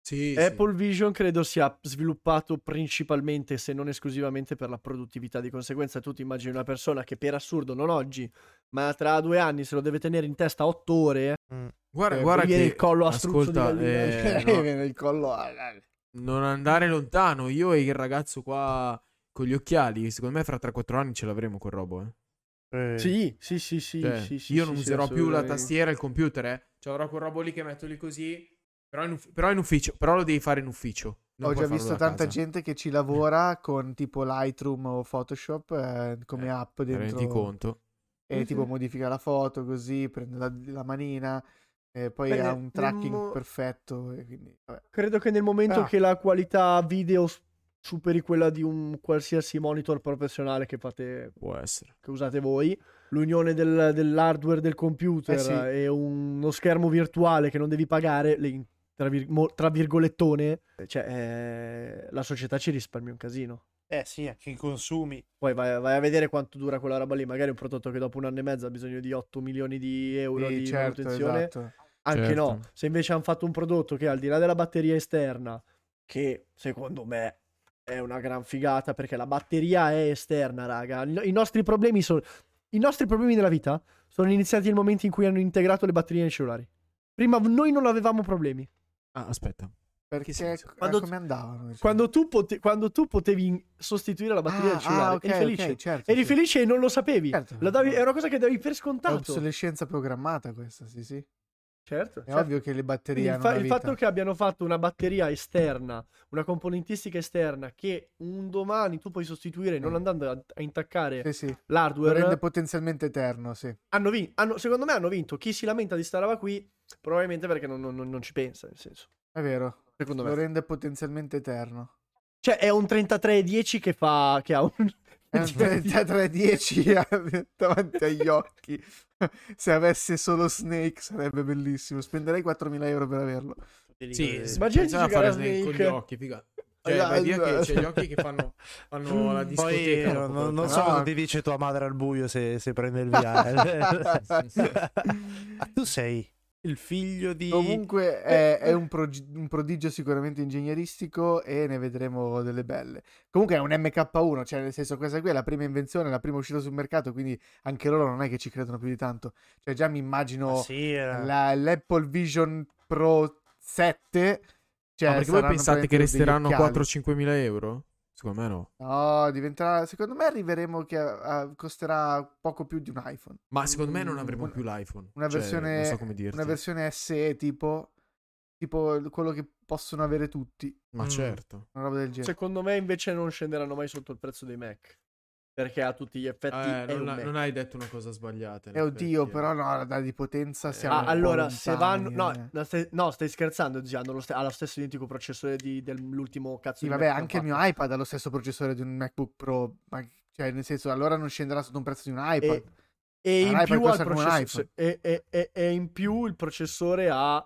Speaker 3: Sì,
Speaker 4: Apple Vision credo sia sviluppato principalmente, se non esclusivamente, per la produttività. Di conseguenza, tu ti immagini una persona che per assurdo, non oggi, ma tra due anni se lo deve tenere in testa otto ore.
Speaker 3: Guarda,
Speaker 4: Eh,
Speaker 3: guarda
Speaker 4: gli
Speaker 3: che
Speaker 4: viene il collo a struzzo
Speaker 3: ascolta,
Speaker 4: di gallina.
Speaker 3: eh,
Speaker 2: Mi
Speaker 3: no,
Speaker 2: viene il collo... ah, ah.
Speaker 3: non andare lontano. Io e il ragazzo qua con gli occhiali, secondo me fra 3-4 anni ce l'avremo quel robo, eh.
Speaker 4: Sì, sì, sì, sì.
Speaker 3: Cioè,
Speaker 4: sì, sì,
Speaker 3: io
Speaker 4: sì,
Speaker 3: non
Speaker 4: sì,
Speaker 3: userò più la
Speaker 4: assolutamente.
Speaker 3: tastiera e il computer, eh. Cioè, avrò quel robo lì che metto lì così. Però in, uf- però in ufficio, però lo devi fare in ufficio. non
Speaker 2: Ho
Speaker 3: puoi
Speaker 2: già
Speaker 3: farlo
Speaker 2: visto
Speaker 3: da
Speaker 2: tanta
Speaker 3: casa.
Speaker 2: gente che ci lavora con tipo Lightroom o Photoshop eh, come
Speaker 3: Eh,
Speaker 2: app
Speaker 3: Te ne Rendi
Speaker 2: dentro
Speaker 3: conto.
Speaker 2: e
Speaker 4: Sì,
Speaker 2: tipo
Speaker 4: sì.
Speaker 2: modifica la foto così, prende la, la manina e poi
Speaker 4: Beh,
Speaker 2: ha un tracking
Speaker 4: nel mo-
Speaker 2: perfetto e quindi vabbè.
Speaker 4: Credo che nel momento
Speaker 2: Ah.
Speaker 4: che la qualità video s- superi quella di un qualsiasi monitor professionale che fate
Speaker 3: Può essere.
Speaker 4: che usate voi, l'unione del- dell'hardware del computer
Speaker 2: Eh sì.
Speaker 4: e uno schermo virtuale che non devi pagare, le- tra, vir- mo- tra virgolettone, cioè, eh, la società ci risparmia un casino.
Speaker 1: Eh sì, anche i consumi.
Speaker 4: Poi vai, vai a vedere quanto dura quella roba lì, magari un prodotto che dopo un anno e mezzo ha bisogno di 8 milioni di euro
Speaker 2: Sì,
Speaker 4: di
Speaker 2: certo,
Speaker 4: manutenzione,
Speaker 2: esatto.
Speaker 4: anche
Speaker 3: Certo.
Speaker 4: no. Se invece hanno fatto un prodotto che al di là della batteria esterna, che secondo me è una gran figata perché la batteria è esterna, raga. I no- I nostri problemi sono i nostri problemi della vita sono iniziati nel momento in cui hanno integrato le batterie nei cellulari. Prima noi non avevamo problemi.
Speaker 3: Ah, aspetta.
Speaker 2: Perché
Speaker 3: senso?
Speaker 2: eh,
Speaker 4: Quando-
Speaker 2: come andavano? diciamo?
Speaker 4: Quando tu, pote- quando tu potevi in- sostituire la batteria
Speaker 2: ah,
Speaker 4: del cellulare,
Speaker 2: ah, ok,
Speaker 4: eri felice.
Speaker 2: ok, certo,
Speaker 4: Eri
Speaker 2: sì.
Speaker 4: felice e non lo sapevi.
Speaker 2: Certo.
Speaker 4: La davi- è una cosa che davi per
Speaker 2: È
Speaker 4: scontato.
Speaker 2: obsolescenza programmata questa, sì, sì. È
Speaker 4: certo. certo.
Speaker 2: ovvio che le
Speaker 4: Quindi
Speaker 2: batterie
Speaker 4: il,
Speaker 2: hanno
Speaker 4: fa-
Speaker 2: una
Speaker 4: il
Speaker 2: vita.
Speaker 4: fatto che abbiano fatto una batteria esterna, una componentistica esterna che un domani tu puoi sostituire non
Speaker 2: Mm.
Speaker 4: andando a, a intaccare
Speaker 2: Sì, sì. Lo
Speaker 4: l'hardware,
Speaker 2: rende potenzialmente eterno, sì.
Speaker 4: hanno vin- hanno- secondo me hanno vinto. Chi si lamenta di sta roba qui, probabilmente perché non, non- non- non ci pensa, nel senso.
Speaker 2: È vero.
Speaker 4: Secondo
Speaker 2: Lo
Speaker 4: me.
Speaker 2: rende potenzialmente eterno.
Speaker 4: Cioè è un 3310 che fa... che ha un...
Speaker 2: È un
Speaker 4: Cioè,
Speaker 2: 3310 davanti agli occhi. Se avesse solo Snake sarebbe bellissimo. Spenderei 4.000 euro per averlo.
Speaker 3: Sì, eh,
Speaker 4: Immagina di
Speaker 3: pensavo a
Speaker 4: giocare
Speaker 3: fare
Speaker 4: a
Speaker 3: Snake con gli
Speaker 4: Snake.
Speaker 3: occhi, figa. Cioè, vai via che c'è gli occhi che fanno, fanno la
Speaker 1: Mm, Poi
Speaker 3: discoteca.
Speaker 1: non, non
Speaker 2: portano.
Speaker 1: so
Speaker 2: No.
Speaker 1: cosa ti dice tua madre al buio se, se prende il via. Ah, tu sei il figlio di...
Speaker 3: Eh,
Speaker 2: Comunque è, è un, prog- un prodigio sicuramente ingegneristico e ne vedremo delle belle. Comunque è un MK1, cioè nel senso questa qui è la prima invenzione, la prima uscita sul mercato, quindi anche loro non è che ci credono più di tanto. Cioè già mi immagino
Speaker 1: Ah, sì,
Speaker 3: eh.
Speaker 1: era-
Speaker 2: la- l'Apple Vision Pro 7. Cioè
Speaker 3: Ma perché voi
Speaker 2: saranno
Speaker 3: pensate
Speaker 2: praticamente
Speaker 3: che
Speaker 2: degli
Speaker 3: resteranno
Speaker 2: occhiali.
Speaker 3: 4-5 mila euro? Secondo me no.
Speaker 2: No, diventerà. Secondo me arriveremo che eh, costerà poco più di un iPhone.
Speaker 3: Ma secondo me non
Speaker 2: Mm,
Speaker 3: avremo
Speaker 2: una-
Speaker 3: più l'iPhone.
Speaker 2: Una
Speaker 3: Cioè,
Speaker 2: versione,
Speaker 3: non so come dirti.
Speaker 2: una versione SE tipo, tipo quello che possono avere tutti,
Speaker 3: Ma
Speaker 1: Mm.
Speaker 3: certo.
Speaker 2: una roba del genere.
Speaker 4: Secondo me invece non scenderanno mai sotto il prezzo dei Mac. Perché a tutti gli effetti
Speaker 3: Eh,
Speaker 4: è un
Speaker 3: non, ha-
Speaker 4: Mac.
Speaker 3: non hai detto una cosa sbagliata. in
Speaker 2: E oddio,
Speaker 3: effetti, eh.
Speaker 2: però no, da di potenza siamo
Speaker 4: Ah,
Speaker 2: un po'
Speaker 4: allora, se
Speaker 2: lontani,
Speaker 4: vanno... No,
Speaker 2: eh.
Speaker 4: no, stai, no, stai scherzando, zio. Hanno lo ste- ha lo stesso identico processore di- dell'ultimo cazzo
Speaker 2: Sì,
Speaker 4: di
Speaker 2: vabbè,
Speaker 4: Mac che
Speaker 2: anche il mio
Speaker 4: hanno fatto.
Speaker 2: iPad ha lo stesso processore di un MacBook Pro, ma cioè nel senso, allora non scenderà sotto un prezzo di un iPad.
Speaker 4: E- E
Speaker 2: Un
Speaker 4: in,
Speaker 2: iPad
Speaker 4: più ha il
Speaker 2: costa come un
Speaker 4: processore, e, e- e- e in più il processore ha...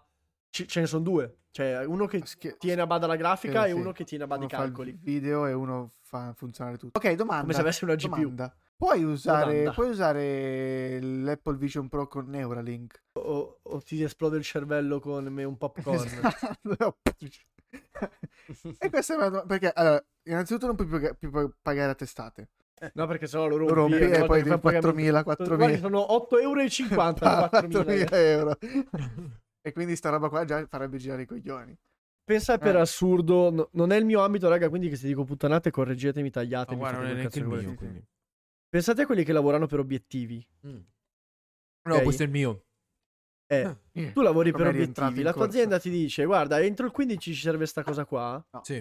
Speaker 4: ci- ce ne sono due. Cioè, uno che
Speaker 2: Schi-
Speaker 4: tiene a bada la grafica
Speaker 2: Sì,
Speaker 4: e
Speaker 2: sì.
Speaker 4: uno che tiene a bada
Speaker 2: uno
Speaker 4: i
Speaker 2: fa il
Speaker 4: calcoli.
Speaker 2: video e uno fa funzionare tutto. Ok, domanda.
Speaker 4: Come se avesse una GPU.
Speaker 2: domanda. Puoi usare,
Speaker 4: Domanda.
Speaker 2: puoi usare l'Apple Vision Pro con Neuralink?
Speaker 4: O, o ti esplode il cervello con me un popcorn.
Speaker 2: Esatto. e questa è una domanda. Perché, allora, innanzitutto non puoi più, più pa- pagare a testate.
Speaker 4: No, perché sennò lo
Speaker 2: Lo
Speaker 4: rompi,
Speaker 2: rompi
Speaker 4: una volta
Speaker 2: e poi
Speaker 4: che fai un
Speaker 2: 4.000,
Speaker 4: pagamento-
Speaker 2: 4.000.
Speaker 4: Guardi, sono 8,50 euro 4.000.
Speaker 2: 4.000 euro. e quindi sta roba qua già farebbe girare i coglioni.
Speaker 4: Pensa per
Speaker 2: Eh.
Speaker 4: assurdo, no- non è il mio ambito, raga, quindi che se dico puttanate correggetemi,
Speaker 3: Ma
Speaker 4: tagliatemi.
Speaker 3: guarda,
Speaker 4: fate
Speaker 3: non è
Speaker 4: quel
Speaker 3: neanche il
Speaker 4: cazzo che
Speaker 3: mio.
Speaker 4: volete.
Speaker 3: quindi.
Speaker 4: Pensate a quelli che lavorano per obiettivi.
Speaker 3: No,
Speaker 4: Mm. Ok.
Speaker 3: questo è il mio.
Speaker 4: Eh,
Speaker 3: Ah.
Speaker 4: tu lavori
Speaker 2: Come
Speaker 4: per
Speaker 2: è rientrato
Speaker 4: obiettivi,
Speaker 2: in
Speaker 4: la tua
Speaker 2: corsa.
Speaker 4: azienda ti dice "Guarda, entro il 15 ci serve sta cosa qua".
Speaker 3: Sì.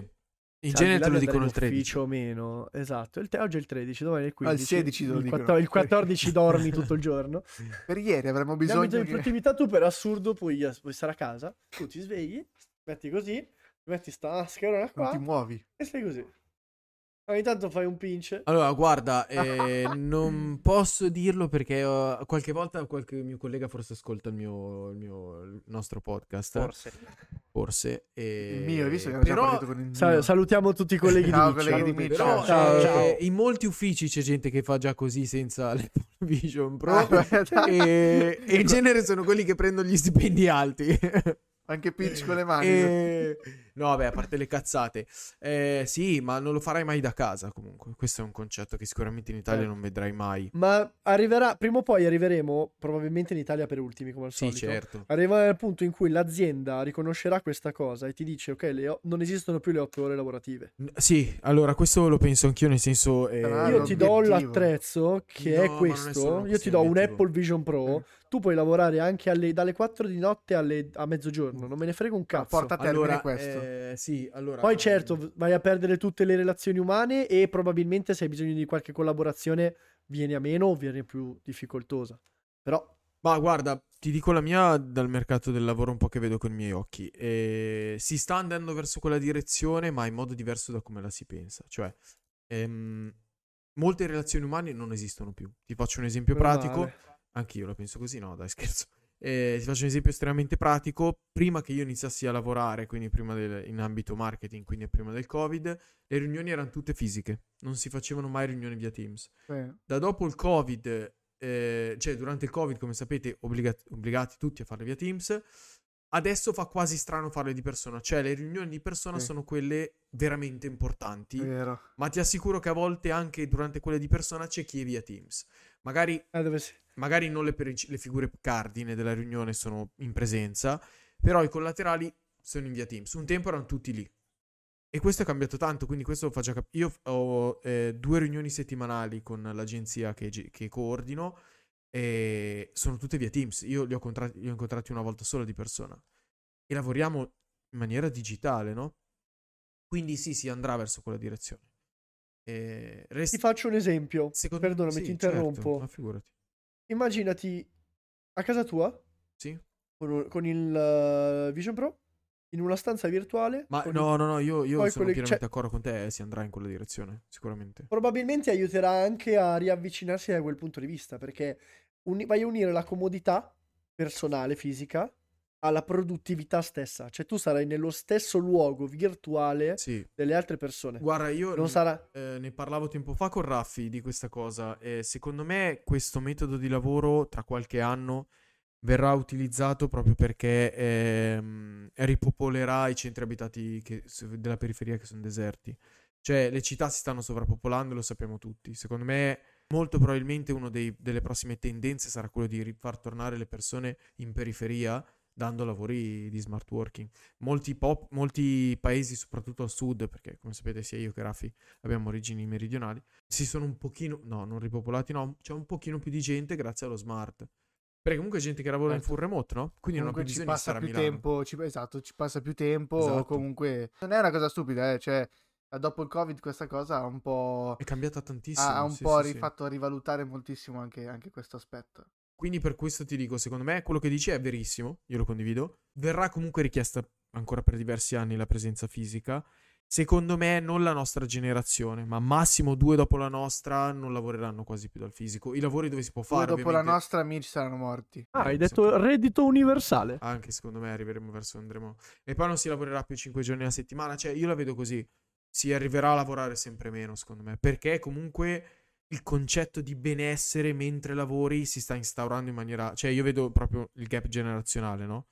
Speaker 3: In
Speaker 4: Cioè,
Speaker 3: genere te lo
Speaker 4: al di là di andare
Speaker 3: dicono
Speaker 4: in
Speaker 3: il 13.
Speaker 4: ufficio o meno. Esatto, il te- oggi è il 13, domani è il
Speaker 2: No, Ah, il
Speaker 4: 15.
Speaker 2: 16 te lo
Speaker 4: il,
Speaker 2: dicono.
Speaker 4: 14 il 14 dormi tutto il giorno.
Speaker 2: Per ieri avremmo
Speaker 4: Nell'ambito
Speaker 2: bisogno
Speaker 4: di
Speaker 2: che...
Speaker 4: produttività tu per assurdo puoi, puoi stare a casa, tu ti svegli, metti così, metti sta mascherona
Speaker 2: Non
Speaker 4: qua
Speaker 2: ti muovi.
Speaker 4: e stai così. Ogni tanto fai un pinch.
Speaker 3: Allora, guarda, eh, non posso dirlo perché eh, qualche volta qualche mio collega forse ascolta il mio, il mio- il nostro podcast.
Speaker 1: Forse.
Speaker 3: forse, e-
Speaker 2: Il mio, hai visto che avevo già
Speaker 3: Eh, però,
Speaker 2: parlato con il
Speaker 4: Sa-
Speaker 2: mio.
Speaker 4: salutiamo tutti i colleghi
Speaker 2: Ciao,
Speaker 4: di Mitch.
Speaker 2: colleghi di
Speaker 4: Salute.
Speaker 2: Mitch.
Speaker 3: però,
Speaker 2: Ciao,
Speaker 4: Però,
Speaker 2: ciao,
Speaker 3: eh,
Speaker 2: ciao.
Speaker 3: in molti uffici c'è gente che fa già così senza l'Apple Vision
Speaker 2: Ah, Ecco.
Speaker 3: Pro.
Speaker 2: guarda,
Speaker 3: e, e in genere sono quelli che prendono gli stipendi alti.
Speaker 2: Anche Pinch con le mani.
Speaker 3: E- Eh, No, vabbè, a parte le cazzate. Eh, sì, ma non lo farai mai da casa comunque. Questo è un concetto che sicuramente in Italia
Speaker 4: Certo.
Speaker 3: non vedrai mai.
Speaker 4: Ma arriverà, prima o poi arriveremo, probabilmente in Italia per ultimi, come al
Speaker 3: Sì,
Speaker 4: solito.
Speaker 3: certo.
Speaker 4: Arriverà al punto in cui l'azienda riconoscerà questa cosa e ti dice, ok, le o- non esistono più le 8 ore lavorative.
Speaker 3: N- Sì, allora questo lo penso anch'io, nel senso... eh,
Speaker 2: Tra Ah,
Speaker 4: Io ti do
Speaker 2: l'obiettivo.
Speaker 4: l'attrezzo che
Speaker 3: No,
Speaker 4: è
Speaker 3: ma non è solo
Speaker 4: questo,
Speaker 3: una
Speaker 4: io ti
Speaker 3: questione
Speaker 4: do un
Speaker 3: di obiettivo.
Speaker 4: Apple Vision Pro, tu puoi lavorare anche alle- dalle 4 di notte alle, a mezzogiorno, non me ne frega un
Speaker 2: No,
Speaker 4: cazzo.
Speaker 2: porta a termine
Speaker 3: Allora,
Speaker 2: questo.
Speaker 3: eh, sì, allora... mm,
Speaker 4: Poi certo, v- vai a perdere tutte le relazioni umane e probabilmente se hai bisogno di qualche collaborazione viene a meno o viene più difficoltosa. Però
Speaker 3: Ma guarda, ti dico la mia dal mercato del lavoro un po' che vedo con i miei occhi. Eh, si sta andando verso quella direzione, ma in modo diverso da come la si pensa. Cioè, ehm, molte relazioni umane non esistono più. Ti faccio un esempio
Speaker 4: meno
Speaker 3: pratico.
Speaker 4: male.
Speaker 3: Anch'io la penso così, no, dai, scherzo. Eh, ti faccio un esempio estremamente pratico. Prima che io iniziassi a lavorare, quindi prima del- in ambito marketing, quindi prima del Covid, le riunioni erano tutte fisiche. Non si facevano mai riunioni via Teams
Speaker 2: Sì.
Speaker 3: da dopo il Covid, eh, cioè durante il Covid, come sapete, obbliga- obbligati tutti a farle via Teams. Adesso fa quasi strano farle di persona, cioè le riunioni di persona
Speaker 2: Sì.
Speaker 3: sono quelle veramente importanti,
Speaker 2: Vero.
Speaker 3: ma ti assicuro che a volte anche durante quelle di persona c'è chi è via Teams. Magari,
Speaker 4: Eh, dove si-
Speaker 3: magari non le, princi- le figure cardine della riunione sono in presenza, però i collaterali sono in via Teams. Un tempo erano tutti lì. E questo è cambiato tanto, quindi questo lo faccio capire. Io f- ho eh, due riunioni settimanali con l'agenzia che, ge- che coordino e sono tutte via Teams. Io li ho, contra- li ho incontrati una volta sola di persona. E lavoriamo in maniera digitale, no? Quindi sì, si andrà verso quella direzione. E rest-
Speaker 4: Ti faccio un esempio,
Speaker 3: secondo-
Speaker 4: perdonami,
Speaker 3: sì,
Speaker 4: ti
Speaker 3: certo,
Speaker 4: interrompo.
Speaker 3: ma figurati.
Speaker 4: Immaginati a casa tua
Speaker 3: Sì?
Speaker 4: con, un- con il eh, Vision Pro in una stanza virtuale.
Speaker 3: Ma
Speaker 4: con-
Speaker 3: no, no, no, io, io
Speaker 4: poi
Speaker 3: sono
Speaker 4: quelle-
Speaker 3: pienamente
Speaker 4: cioè-
Speaker 3: d'accordo con te, eh, si andrà in quella direzione, sicuramente.
Speaker 4: Probabilmente aiuterà anche a riavvicinarsi da quel punto di vista perché uni- vai a unire la comodità personale, fisica, alla produttività stessa. Cioè tu sarai nello stesso luogo virtuale
Speaker 3: Sì.
Speaker 4: delle altre persone.
Speaker 3: Guarda, io
Speaker 4: Non sarà...
Speaker 3: eh, ne parlavo tempo fa con Raffi di questa cosa. e secondo me questo metodo di lavoro tra qualche anno verrà utilizzato proprio perché ehm, ripopolerà i centri abitati che- della periferia che sono deserti. Cioè, le città si stanno sovrappopolando, lo sappiamo tutti. Secondo me, molto probabilmente una delle prossime tendenze sarà quella di ri- far tornare le persone in periferia dando lavori di smart working. Molti, pop- molti paesi, soprattutto al sud, perché come sapete sia io che Raffi abbiamo origini meridionali, si sono un pochino, no, non ripopolati, no, c'è un pochino più di gente grazie allo smart. Perché comunque c'è gente che lavora in
Speaker 2: Certo.
Speaker 3: full remote, no?
Speaker 2: comunque
Speaker 3: Quindi non ha più
Speaker 2: ci
Speaker 3: bisogno di
Speaker 2: passa
Speaker 3: stare a
Speaker 2: più
Speaker 3: Milano.
Speaker 2: tempo, ci, esatto, ci passa più tempo,
Speaker 3: Esatto.
Speaker 2: comunque non è una cosa stupida, eh, cioè dopo il Covid questa cosa ha un po',
Speaker 3: È cambiata tantissimo.
Speaker 2: ha, ha un
Speaker 3: sì,
Speaker 2: po'
Speaker 3: sì, sì.
Speaker 2: rifatto rivalutare moltissimo anche, anche questo aspetto.
Speaker 3: Quindi per questo ti dico, secondo me quello che dici è verissimo, io lo condivido. Verrà comunque richiesta ancora per diversi anni la presenza fisica. Secondo me non la nostra generazione, ma massimo due dopo la nostra non lavoreranno quasi più dal fisico. I lavori dove si può
Speaker 2: Poi
Speaker 3: fare...
Speaker 2: dopo la
Speaker 3: ovviamente,
Speaker 2: nostra amici saranno morti.
Speaker 4: Ah, hai
Speaker 3: Eh,
Speaker 4: detto
Speaker 3: sì.
Speaker 4: reddito universale.
Speaker 3: Anche secondo me arriveremo verso andremo. E poi non si lavorerà più 5 giorni alla settimana. Cioè, io la vedo così. Si arriverà a lavorare sempre meno, secondo me. Perché comunque il concetto di benessere mentre lavori si sta instaurando in maniera. Cioè, io vedo proprio il gap generazionale, no?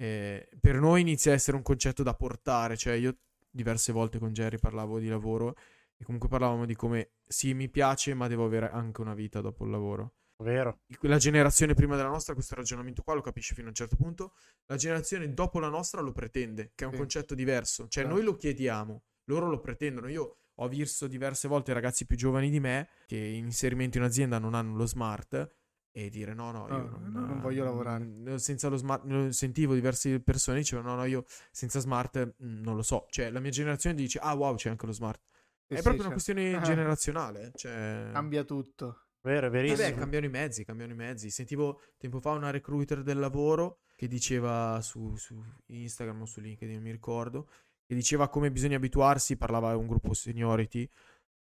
Speaker 3: Eh, per noi inizia a essere un concetto da portare. Cioè, io diverse volte con Jerry parlavo di lavoro. E comunque parlavamo di come sì, mi piace, ma devo avere anche una vita dopo il lavoro
Speaker 1: Vero.
Speaker 3: la generazione prima della nostra questo ragionamento qua lo capisce fino a un certo punto, la generazione dopo la nostra lo pretende, che è un
Speaker 2: Sì.
Speaker 3: concetto diverso, cioè
Speaker 2: Certo.
Speaker 3: noi lo chiediamo, loro lo pretendono, io ho visto diverse volte ragazzi più giovani di me che in inserimento in azienda non hanno lo smart e dire no no io
Speaker 2: No, non voglio lavorare.
Speaker 3: mm, senza lo smart no, sentivo diverse persone dicevano no no io senza smart mm, non lo so cioè la mia generazione dice ah wow c'è anche lo smart
Speaker 2: Sì,
Speaker 3: è
Speaker 2: sì,
Speaker 3: proprio una
Speaker 2: cioè,
Speaker 3: questione generazionale cioè
Speaker 2: Cambia tutto.
Speaker 1: Vero, è verissimo.
Speaker 3: Vabbè, cambiano i mezzi, cambiano i mezzi. Sentivo tempo fa una recruiter del lavoro che diceva su, su Instagram o su LinkedIn, non mi ricordo, che diceva come bisogna abituarsi, parlava a un gruppo seniority.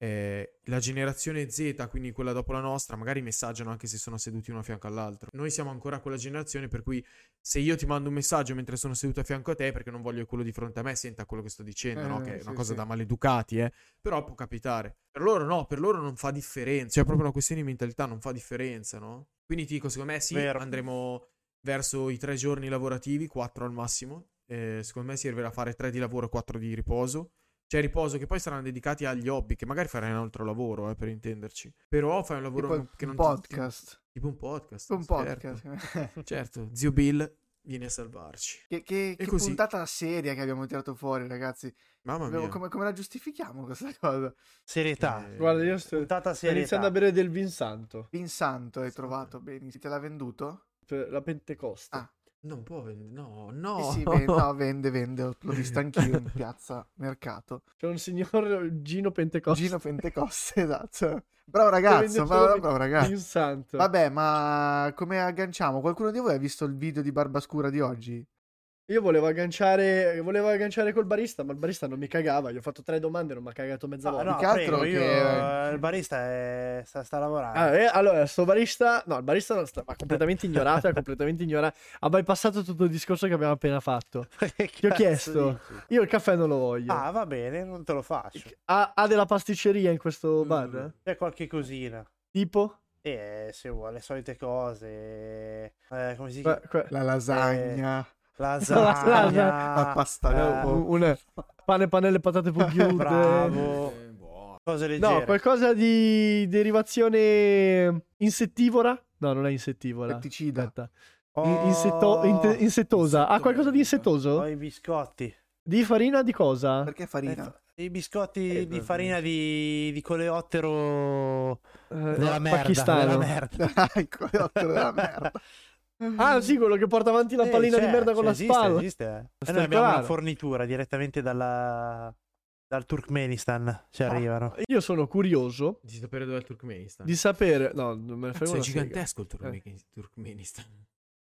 Speaker 3: eh, la generazione Z, quindi quella dopo la nostra, magari messaggiano anche se sono seduti uno a fianco all'altro. Noi siamo ancora quella generazione per cui se io ti mando un messaggio mentre sono seduto a fianco a te, perché non voglio che quello di fronte a me senta quello che sto dicendo, no?
Speaker 2: Eh,
Speaker 3: che è una
Speaker 2: sì,
Speaker 3: cosa
Speaker 2: sì.
Speaker 3: da maleducati, eh però può capitare. Per loro no, per loro non fa differenza, cioè, è proprio una questione di mentalità, non fa differenza, no? Quindi ti dico, secondo me sì,
Speaker 1: Vero.
Speaker 3: andremo verso i tre giorni lavorativi, quattro al massimo. Eh, secondo me servirà a fare tre di lavoro e quattro di riposo. Cioè riposo che poi saranno dedicati agli hobby, che magari farai un altro lavoro, eh, per intenderci. Però fai un lavoro
Speaker 2: Tipo
Speaker 3: che non
Speaker 2: un
Speaker 3: ti-
Speaker 2: podcast.
Speaker 3: tipo un podcast.
Speaker 2: Un
Speaker 3: certo.
Speaker 2: podcast. eh.
Speaker 3: Certo, zio Bill viene a salvarci.
Speaker 2: che che, che
Speaker 3: così. Oh,
Speaker 2: puntata seria che abbiamo tirato fuori, ragazzi.
Speaker 3: Mamma
Speaker 2: Abbiamo-
Speaker 3: mia.
Speaker 2: Come, come la giustifichiamo questa cosa?
Speaker 1: Serietà.
Speaker 3: Eh,
Speaker 4: Guarda, io sto,
Speaker 1: Puntata
Speaker 4: sto
Speaker 1: serietà.
Speaker 4: iniziando a bere del Vinsanto
Speaker 2: Vinsanto hai
Speaker 3: Sì.
Speaker 2: trovato bene. Te l'ha venduto?
Speaker 4: per la Pentecoste.
Speaker 2: Ah.
Speaker 3: Non può vendere, no,
Speaker 2: Sì,
Speaker 3: no.
Speaker 2: sì, vende, no, vende, vende, l'ho l'ho visto anch'io in piazza mercato.
Speaker 4: C'è un signor Gino Pentecoste.
Speaker 2: Gino Pentecoste, esatto. Bravo
Speaker 4: Vende
Speaker 2: ragazzo,
Speaker 4: solo
Speaker 2: bravo,
Speaker 4: Vin-
Speaker 2: bravo ragazzo.
Speaker 4: Vinsanto.
Speaker 2: ah. Vabbè, ma come agganciamo? Qualcuno di voi ha visto il video di Barbascura di oggi?
Speaker 4: Io volevo agganciare, volevo agganciare col barista, ma il barista non mi cagava. Gli ho fatto tre domande e non mi ha cagato mezza
Speaker 1: No, Ah, no,
Speaker 4: volta.
Speaker 2: Più che
Speaker 1: prego,
Speaker 2: altro
Speaker 1: io,
Speaker 2: che-
Speaker 1: eh, il barista è- sta, sta lavorando.
Speaker 4: Ah, eh, allora, sto barista, no, il barista non sta, ma completamente ignorato, è completamente ignorato. Ha bypassato tutto il discorso che abbiamo appena fatto.
Speaker 1: Che
Speaker 4: Ti ho
Speaker 1: cazzo
Speaker 4: chiesto.
Speaker 1: dici?
Speaker 4: Io il caffè non lo voglio.
Speaker 1: Ah, va bene, non te lo faccio.
Speaker 4: Ha, ha della pasticceria in questo
Speaker 3: Mm.
Speaker 4: bar?
Speaker 1: C'è qualche cosina.
Speaker 4: Tipo?
Speaker 1: E se vuole, le solite cose. Eh, come si
Speaker 4: Que-
Speaker 1: chiama?
Speaker 4: que-
Speaker 2: La lasagna,
Speaker 1: Lasagna.
Speaker 2: la pasta
Speaker 1: eh,
Speaker 4: un,
Speaker 2: dopo.
Speaker 4: un- pane, panelle, patate, pugliute.
Speaker 1: Bravo.
Speaker 3: Eh, boh.
Speaker 1: Cose leggere.
Speaker 4: no, qualcosa di derivazione insettivora? No, non è insettivora.
Speaker 2: Petticida.
Speaker 4: Aspetta.
Speaker 1: Oh,
Speaker 4: In- insetto- inte- insettosa. Ha qualcosa di
Speaker 1: ho
Speaker 4: insettoso?
Speaker 1: Oh, i biscotti.
Speaker 4: Di farina di cosa?
Speaker 2: Perché
Speaker 1: Eh,
Speaker 2: farina?
Speaker 1: fa- I biscotti
Speaker 3: Eh,
Speaker 1: di
Speaker 3: vabbè.
Speaker 1: farina di, di coleottero
Speaker 4: Eh,
Speaker 1: della merda.
Speaker 4: pakistano.
Speaker 1: Della merda.
Speaker 2: Dai, cogliotto della merda. Mm.
Speaker 4: Ah, sì, quello che porta avanti la pallina
Speaker 1: Eh, c'è,
Speaker 4: di merda con
Speaker 1: c'è,
Speaker 4: la
Speaker 1: esiste,
Speaker 4: spalla.
Speaker 1: Esiste, eh. E noi
Speaker 4: Stercolare.
Speaker 1: abbiamo una fornitura direttamente dalla, dal Turkmenistan. Ci
Speaker 4: Ah.
Speaker 1: arrivano.
Speaker 4: Io sono curioso
Speaker 3: Di sapere dove è il Turkmenistan.
Speaker 4: di sapere. No, non me ne frega
Speaker 3: Cazzo, è
Speaker 4: una
Speaker 3: gigantesco il Turkme- Turkmenistan.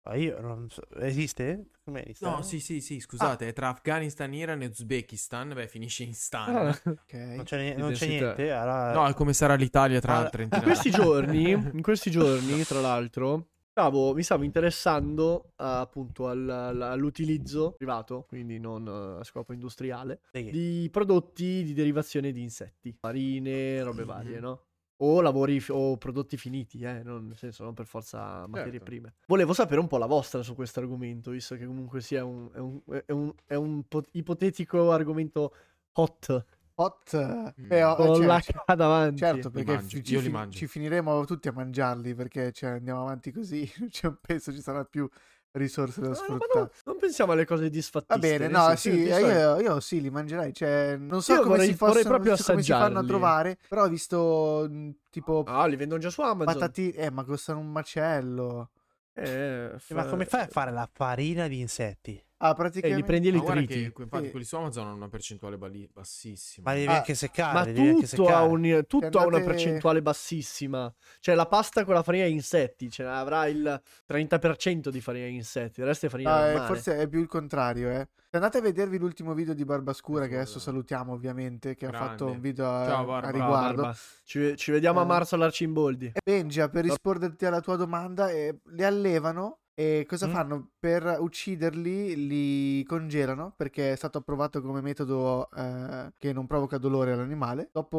Speaker 1: Ma Io non so. Esiste? il Turkmenistan?
Speaker 3: No, sì, sì, sì, scusate, è tra Afghanistan, Iran e Uzbekistan, beh, finisce in
Speaker 4: sega.
Speaker 3: Stan.
Speaker 4: Ah,
Speaker 2: Ok.
Speaker 1: Non c'è, ne- non c'è
Speaker 4: Identità.
Speaker 1: niente. allora-
Speaker 3: No, è come sarà l'Italia tra
Speaker 1: Ah,
Speaker 3: trentina.
Speaker 4: in questi giorni, in questi giorni, tra l'altro, stavo- mi stavo interessando eh, appunto al- al- all'utilizzo privato, quindi non eh, a scopo industriale, di prodotti di derivazione di insetti, farine, robe varie, no? O lavori fi- o prodotti finiti, eh, non, nel senso non per forza materie
Speaker 3: Certo.
Speaker 4: prime. Volevo sapere un po' la vostra su questo argomento, visto che comunque sia un, è un- è un- è un po- ipotetico argomento hot,
Speaker 2: Hot.
Speaker 3: Mm.
Speaker 2: eh, oh,
Speaker 4: con
Speaker 2: cioè,
Speaker 4: la
Speaker 2: cioè,
Speaker 4: K davanti.
Speaker 2: Certo, perché
Speaker 3: mangio,
Speaker 2: fi-
Speaker 3: io
Speaker 2: ci,
Speaker 3: li
Speaker 2: fi-
Speaker 3: mangio.
Speaker 2: ci finiremo tutti a mangiarli perché cioè, andiamo avanti così, cioè, penso ci saranno più risorse da
Speaker 4: No, no, Eh, Ah, ma
Speaker 2: sfruttare.
Speaker 4: non, non pensiamo alle cose disfattiste.
Speaker 2: Va bene,
Speaker 4: nel
Speaker 2: no,
Speaker 4: senso,
Speaker 2: sì,
Speaker 4: io di
Speaker 2: eh,
Speaker 4: solito-
Speaker 2: io, io sì, li mangerai, cioè, non so
Speaker 4: Io
Speaker 2: come,
Speaker 4: vorrei-
Speaker 2: si possono,
Speaker 4: vorrei proprio
Speaker 2: come si fanno a
Speaker 4: assaggiarli.
Speaker 2: trovare, però ho visto mh, tipo
Speaker 4: Ah, li vendono già su Amazon.
Speaker 2: patatine, eh, ma costano un macello.
Speaker 4: Eh,
Speaker 1: Ma
Speaker 4: fa-
Speaker 1: come fai a fare la farina di insetti?
Speaker 2: Ah,
Speaker 4: Eh, li
Speaker 2: praticamente...
Speaker 4: prendi e
Speaker 3: Ma
Speaker 4: li
Speaker 3: guarda
Speaker 4: triti.
Speaker 3: che infatti
Speaker 2: Sì.
Speaker 3: quelli su Amazon hanno una percentuale bali- bassissima.
Speaker 1: Ma devi
Speaker 2: Ah,
Speaker 1: anche seccare.
Speaker 4: Ma
Speaker 1: devi anche
Speaker 4: tutto ha,
Speaker 1: seccare.
Speaker 4: un- tutto ha una
Speaker 2: andate-
Speaker 4: percentuale bassissima. Cioè, la pasta con la farina di insetti cioè, avrà il 30% di farina di insetti, il resto è farina
Speaker 2: Ah, eh,
Speaker 4: normale.
Speaker 2: forse è più il contrario, eh. Andate a vedervi l'ultimo video di Barbascura, che
Speaker 3: Guarda.
Speaker 2: adesso salutiamo ovviamente, che ha
Speaker 3: Grande.
Speaker 2: fatto un video a,
Speaker 3: Ciao,
Speaker 2: a
Speaker 3: Barba.
Speaker 4: Brava,
Speaker 2: riguardo.
Speaker 4: Barba. Ci, ci vediamo a
Speaker 2: Eh.
Speaker 4: marzo all'Arcimboldi.
Speaker 2: E Benja, per risponderti alla tua domanda, eh, li allevano e cosa
Speaker 1: Mm.
Speaker 2: fanno? Per ucciderli li congelano perché è stato approvato come metodo eh, che non provoca dolore all'animale. Dopo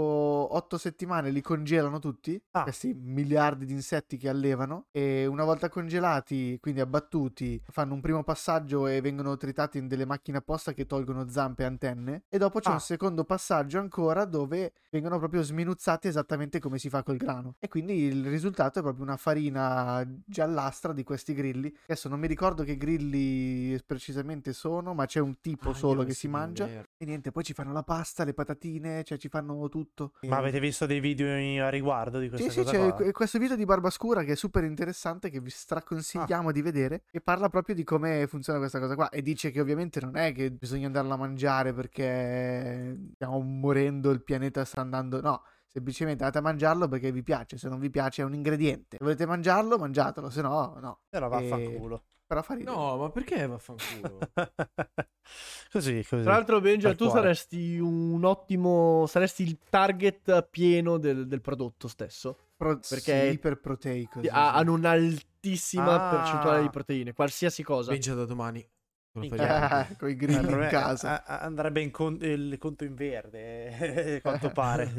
Speaker 2: otto settimane li congelano tutti,
Speaker 1: Ah.
Speaker 2: questi Eh miliardi di insetti che allevano e una volta congelati, quindi abbattuti, fanno un primo passaggio e vengono tritati in delle macchine apposta che tolgono zampe e antenne e dopo c'è
Speaker 1: Ah.
Speaker 2: un secondo passaggio ancora dove vengono proprio sminuzzati esattamente come si fa col grano. E quindi il risultato è proprio una farina giallastra di questi grilli. Adesso non mi ricordo che grilli precisamente sono, ma c'è un tipo
Speaker 3: Ah,
Speaker 2: solo
Speaker 3: io
Speaker 2: che
Speaker 3: sì,
Speaker 2: si mangia.
Speaker 3: merda.
Speaker 2: E niente, poi ci fanno la pasta, le patatine, cioè ci fanno tutto.
Speaker 1: Ma
Speaker 2: E-
Speaker 1: avete visto dei video in- a riguardo di questa
Speaker 2: sì, sì,
Speaker 1: cosa?
Speaker 2: c'è
Speaker 1: qua?
Speaker 2: que- questo video di Barbascura che è super interessante, che vi
Speaker 3: Ah.
Speaker 2: straconsigliamo di vedere, che parla proprio di come funziona questa cosa qua e dice che ovviamente non è che bisogna andarla a mangiare perché stiamo morendo, il pianeta sta andando, no. Semplicemente andate a mangiarlo perché vi piace, se non vi piace è un ingrediente. Se volete mangiarlo, mangiatelo, se no, no.
Speaker 1: Però vaffanculo.
Speaker 2: Però fa ridere.
Speaker 3: No, ma perché vaffanculo?
Speaker 1: così, così.
Speaker 4: Tra l'altro, Benja,
Speaker 1: Al
Speaker 4: tu
Speaker 1: cuore.
Speaker 4: saresti un ottimo. saresti il target pieno del, del prodotto stesso.
Speaker 2: Pro-
Speaker 4: perché-
Speaker 2: sì, iperproteico. sì,
Speaker 4: Ha-
Speaker 2: sì.
Speaker 4: hanno un'altissima
Speaker 1: Ah.
Speaker 4: percentuale di proteine, qualsiasi cosa.
Speaker 3: Vince da domani. Te lo fai
Speaker 1: Minchia.
Speaker 3: vedere.
Speaker 2: Ah, con i
Speaker 1: Eh, il
Speaker 2: grilli in
Speaker 1: problema-
Speaker 2: casa.
Speaker 1: a- a- andrebbe in con- il conto in verde, eh, quanto pare.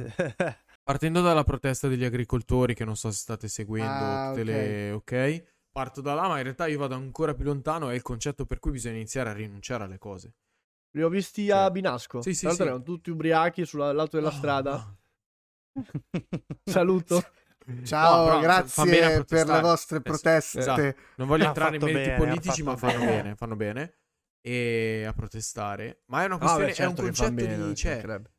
Speaker 3: Partendo dalla protesta degli agricoltori, che non so se state seguendo
Speaker 2: Ah,
Speaker 3: tutte le. Ok? Parto da là, ma in realtà io vado ancora più lontano. È il concetto per cui bisogna iniziare a rinunciare alle cose.
Speaker 4: Li ho visti
Speaker 3: Cioè-
Speaker 4: a Binasco.
Speaker 3: Sì, sì,
Speaker 4: Tra l'altro
Speaker 3: sì.
Speaker 4: erano tutti ubriachi sulla- lato della
Speaker 3: Oh,
Speaker 4: strada.
Speaker 3: no.
Speaker 4: Saluto.
Speaker 2: Ciao,
Speaker 3: No, però fa- fa bene a
Speaker 2: grazie per le
Speaker 3: protestare.
Speaker 2: vostre
Speaker 3: Esatto.
Speaker 2: proteste.
Speaker 3: Non voglio
Speaker 1: Ha
Speaker 3: entrare in
Speaker 1: fatto
Speaker 3: meriti
Speaker 1: bene, ha
Speaker 3: politici,
Speaker 1: fatto
Speaker 3: ma fanno
Speaker 1: bene.
Speaker 3: bene, fanno bene. E a protestare. Ma è una
Speaker 4: Ah,
Speaker 3: questione,
Speaker 4: beh, certo
Speaker 3: è un
Speaker 4: che fan
Speaker 3: concetto
Speaker 4: bene,
Speaker 3: di.
Speaker 4: ci
Speaker 1: certo.
Speaker 3: Cioè,
Speaker 4: mancherebbe.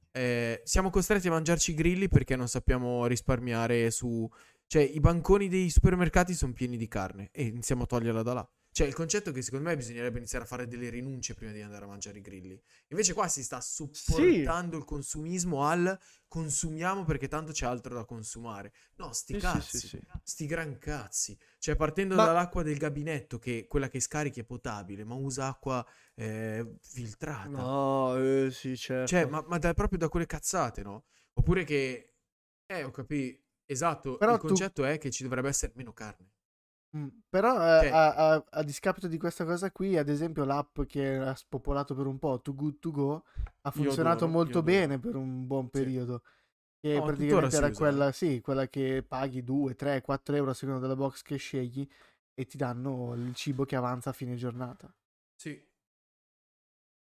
Speaker 3: eh, siamo costretti a mangiarci i grilli perché non sappiamo risparmiare su... Cioè, i banconi dei supermercati sono pieni di carne e iniziamo a toglierla da là. Cioè, il concetto è che secondo me bisognerebbe iniziare a fare delle rinunce prima di andare a mangiare i grilli. Invece qua si sta supportando il consumismo al consumiamo perché tanto c'è altro da consumare. No, sti
Speaker 4: Sì, sì,
Speaker 3: cazzi.
Speaker 4: sì, sì.
Speaker 3: Sti gran cazzi. Cioè, partendo
Speaker 4: Ma-
Speaker 3: dall'acqua del gabinetto, che quella che scarichi è potabile, ma usa acqua eh, filtrata.
Speaker 4: No, eh, sì, certo.
Speaker 3: Cioè, ma, ma da- proprio da quelle cazzate, no? Oppure che... Eh, ho capito. Esatto,
Speaker 2: Però
Speaker 3: il
Speaker 2: tu-
Speaker 3: concetto è che ci dovrebbe essere meno carne.
Speaker 2: Mm, Però eh,
Speaker 3: Cioè-
Speaker 2: a, a- a discapito di questa cosa qui, ad esempio l'app che ha spopolato per un po', Too Good To Go, ha funzionato
Speaker 3: adoro, io
Speaker 2: molto
Speaker 3: adoro.
Speaker 2: bene per un buon
Speaker 3: Sì.
Speaker 2: periodo. Che
Speaker 3: No, ma tuttora
Speaker 2: praticamente
Speaker 3: si
Speaker 2: era
Speaker 3: usa, eh.
Speaker 2: quella, sì, quella che paghi 2, 3, 4 euro a seconda della box che scegli e ti danno il cibo che avanza a fine giornata.
Speaker 3: Sì.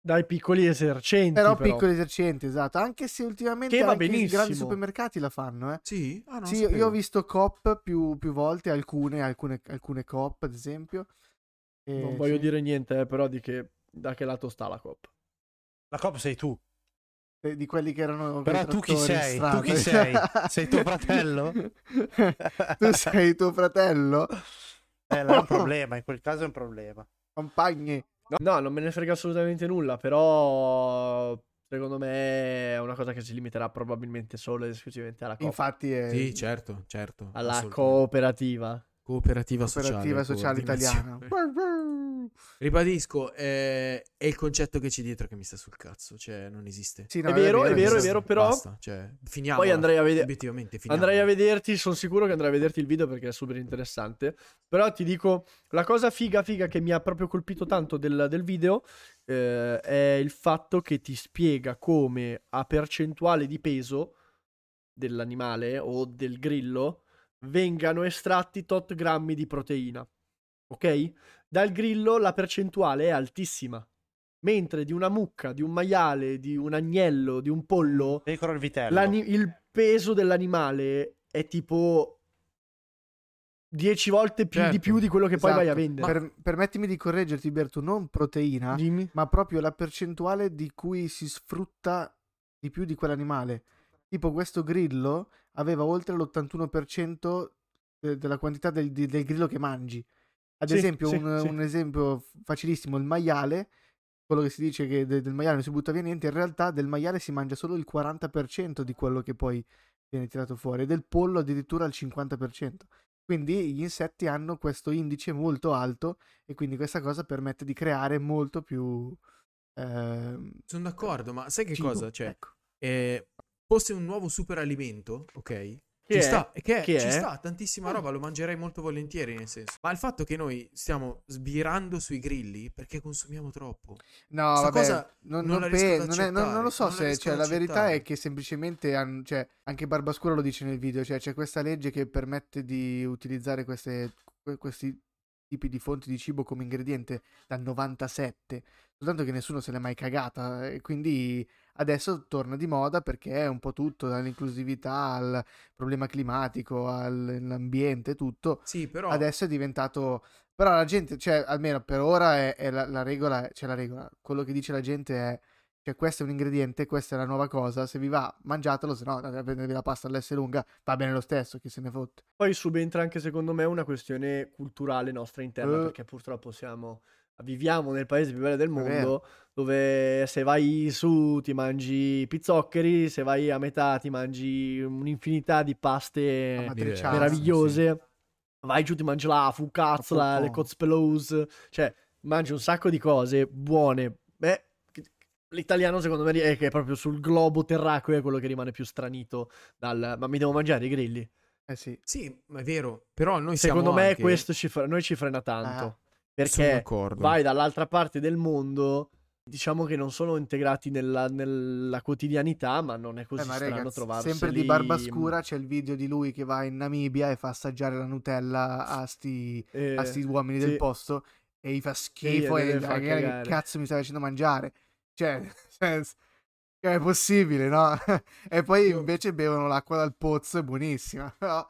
Speaker 4: Dai piccoli esercenti.
Speaker 2: Però
Speaker 4: Però,
Speaker 2: piccoli esercenti, esatto. Anche se ultimamente
Speaker 4: Che va
Speaker 2: anche i grandi
Speaker 4: benissimo.
Speaker 2: supermercati la fanno, eh.
Speaker 3: Sì? Ah, non
Speaker 2: Sì,
Speaker 3: lo
Speaker 2: io- io
Speaker 3: sapevo.
Speaker 2: ho visto COP più, più volte, alcune, alcune, alcune COP ad esempio. E
Speaker 4: Non voglio
Speaker 2: sì.
Speaker 4: dire niente, eh, però, di che, da che lato sta la coppa.
Speaker 1: La coppa sei tu.
Speaker 2: Eh, di quelli che erano
Speaker 1: Però
Speaker 2: quei
Speaker 1: tu chi
Speaker 2: trattori in
Speaker 1: sei?
Speaker 2: strada.
Speaker 1: Tu chi sei? Sei tuo fratello?
Speaker 2: tu sei tuo fratello?
Speaker 1: Eh, là Eh, è un problema, in quel caso è un problema.
Speaker 2: Compagni.
Speaker 4: No, non me ne frega assolutamente nulla, però secondo me è una cosa che si limiterà
Speaker 1: Oh,
Speaker 4: probabilmente solo ed esclusivamente alla, co-
Speaker 2: Infatti è
Speaker 3: Sì, certo, certo.
Speaker 4: alla
Speaker 3: assolutamente.
Speaker 4: cooperativa.
Speaker 3: Cooperativa Sociale.
Speaker 2: Cooperativa sociale, italiana.
Speaker 3: coordinazione. Ribadisco, eh, è il concetto che c'è dietro che mi sta sul cazzo, cioè non esiste.
Speaker 2: Sì, no,
Speaker 4: È vero, è
Speaker 3: Non
Speaker 4: vero, è
Speaker 3: esiste,
Speaker 4: vero, però-
Speaker 3: Basta, cioè, finiamola.
Speaker 4: Poi andrei a vedere-
Speaker 3: Obiettivamente, finiamola.
Speaker 4: Andrai a vederti, sono sicuro che andrai a vederti il video perché è super interessante. Però ti dico, la cosa figa figa che mi ha proprio colpito tanto del, del video eh, è il fatto che ti spiega come a percentuale di peso dell'animale o del grillo vengano estratti tot grammi di proteina. Ok? Dal grillo la percentuale è altissima. Mentre di una mucca, di un maiale, di un agnello, di un pollo,
Speaker 1: Decoro il vitello.
Speaker 4: L'ani- il peso dell'animale è tipo 10 volte più
Speaker 3: Certo,
Speaker 4: di più di quello che poi vai a
Speaker 2: Esatto.
Speaker 4: vendere.
Speaker 2: Per- permettimi di correggerti, Berto, non proteina,
Speaker 4: Dimmi.
Speaker 2: ma proprio la percentuale di cui si sfrutta di più di quell'animale. Tipo questo grillo aveva oltre l'81% de- eh, della quantità del, di- del grillo che mangi. Ad
Speaker 4: Sì,
Speaker 2: esempio,
Speaker 4: sì,
Speaker 2: un,
Speaker 4: sì.
Speaker 2: un esempio facilissimo, il maiale, quello che si dice che de- del maiale non si butta via niente, in realtà del maiale si mangia solo il 40% di quello che poi viene tirato fuori, e del pollo addirittura il 50%. Quindi gli insetti hanno questo indice molto alto e quindi questa cosa permette di creare molto più... ehm,
Speaker 3: Sono d'accordo, ma sai che
Speaker 2: cibo.
Speaker 3: cosa? Cioè,
Speaker 2: Ecco.
Speaker 3: eh, fosse un nuovo superalimento, ok?
Speaker 4: Che
Speaker 3: ci
Speaker 4: è?
Speaker 3: sta, e che,
Speaker 4: Che
Speaker 3: ci
Speaker 4: è? Ah.
Speaker 3: sta tantissima roba, lo mangerei molto volentieri nel senso. Ma il fatto che noi stiamo sbirando sui grilli perché consumiamo troppo.
Speaker 2: No,
Speaker 3: Sta
Speaker 2: vabbè,
Speaker 3: cosa
Speaker 2: non, non
Speaker 3: non la riesco ad
Speaker 2: pe- non è- non- non
Speaker 3: accettare,
Speaker 2: lo so
Speaker 3: non la
Speaker 2: se
Speaker 3: riesco
Speaker 2: cioè,
Speaker 3: ad
Speaker 2: la verità
Speaker 3: accettare.
Speaker 2: è che semplicemente han- cioè, anche Barbascura lo dice nel video, cioè c'è questa legge che permette di utilizzare queste- que- questi tipi di fonti di cibo come ingrediente dal 97, soltanto che nessuno se l'è mai cagata e quindi adesso torna di moda perché è un po' tutto, dall'inclusività al problema climatico, al- all'ambiente, tutto,
Speaker 3: Sì, però
Speaker 4: Oh.
Speaker 2: adesso è diventato però la gente cioè almeno per ora è, è la, la regola c'è la regola quello che dice la gente è cioè questo è un ingrediente questa è la nuova cosa se vi va mangiatelo se no andate a prendervi la pasta all'esse lunga va bene lo stesso chi se ne fotte
Speaker 4: Poi subentra anche secondo me una questione culturale nostra interna
Speaker 2: Eh.
Speaker 4: perché purtroppo siamo viviamo nel paese più bello del
Speaker 2: vero.
Speaker 4: mondo dove se vai su ti mangi i pizzoccheri, se vai a metà ti mangi un'infinità di paste
Speaker 2: Amatriciana.
Speaker 4: meravigliose. Vai giù, ti mangi la
Speaker 2: La
Speaker 4: focazzola,
Speaker 2: focò.
Speaker 4: le cozpelos, cioè mangi un sacco di cose buone. Beh, l'italiano secondo me è che è proprio sul globo terracqueo è quello che rimane più stranito dal ma mi devo mangiare i grilli.
Speaker 2: eh sì
Speaker 3: Sì, ma è vero, però noi siamo
Speaker 4: Secondo me
Speaker 3: anche-
Speaker 4: questo ci fre- noi ci frena tanto
Speaker 2: Ah,
Speaker 3: Sono
Speaker 4: perché
Speaker 3: d'accordo.
Speaker 4: vai dall'altra parte del mondo diciamo che non sono integrati nella, nella quotidianità ma non è così
Speaker 2: Eh, ma
Speaker 4: strano
Speaker 2: raga,
Speaker 4: trovarsi
Speaker 2: sempre
Speaker 4: lì, mm.
Speaker 2: di Barbascura c'è il video di lui che va in Namibia e fa assaggiare la Nutella a sti,
Speaker 4: eh,
Speaker 2: a sti uomini
Speaker 4: sì.
Speaker 2: del posto e gli fa schifo
Speaker 4: Sì,
Speaker 2: e
Speaker 4: deve far
Speaker 2: raga, che
Speaker 4: cagare.
Speaker 2: cazzo mi stai facendo mangiare cioè nel senso, cioè, è possibile no? e poi
Speaker 3: Io-
Speaker 2: invece bevono l'acqua dal pozzo è buonissima però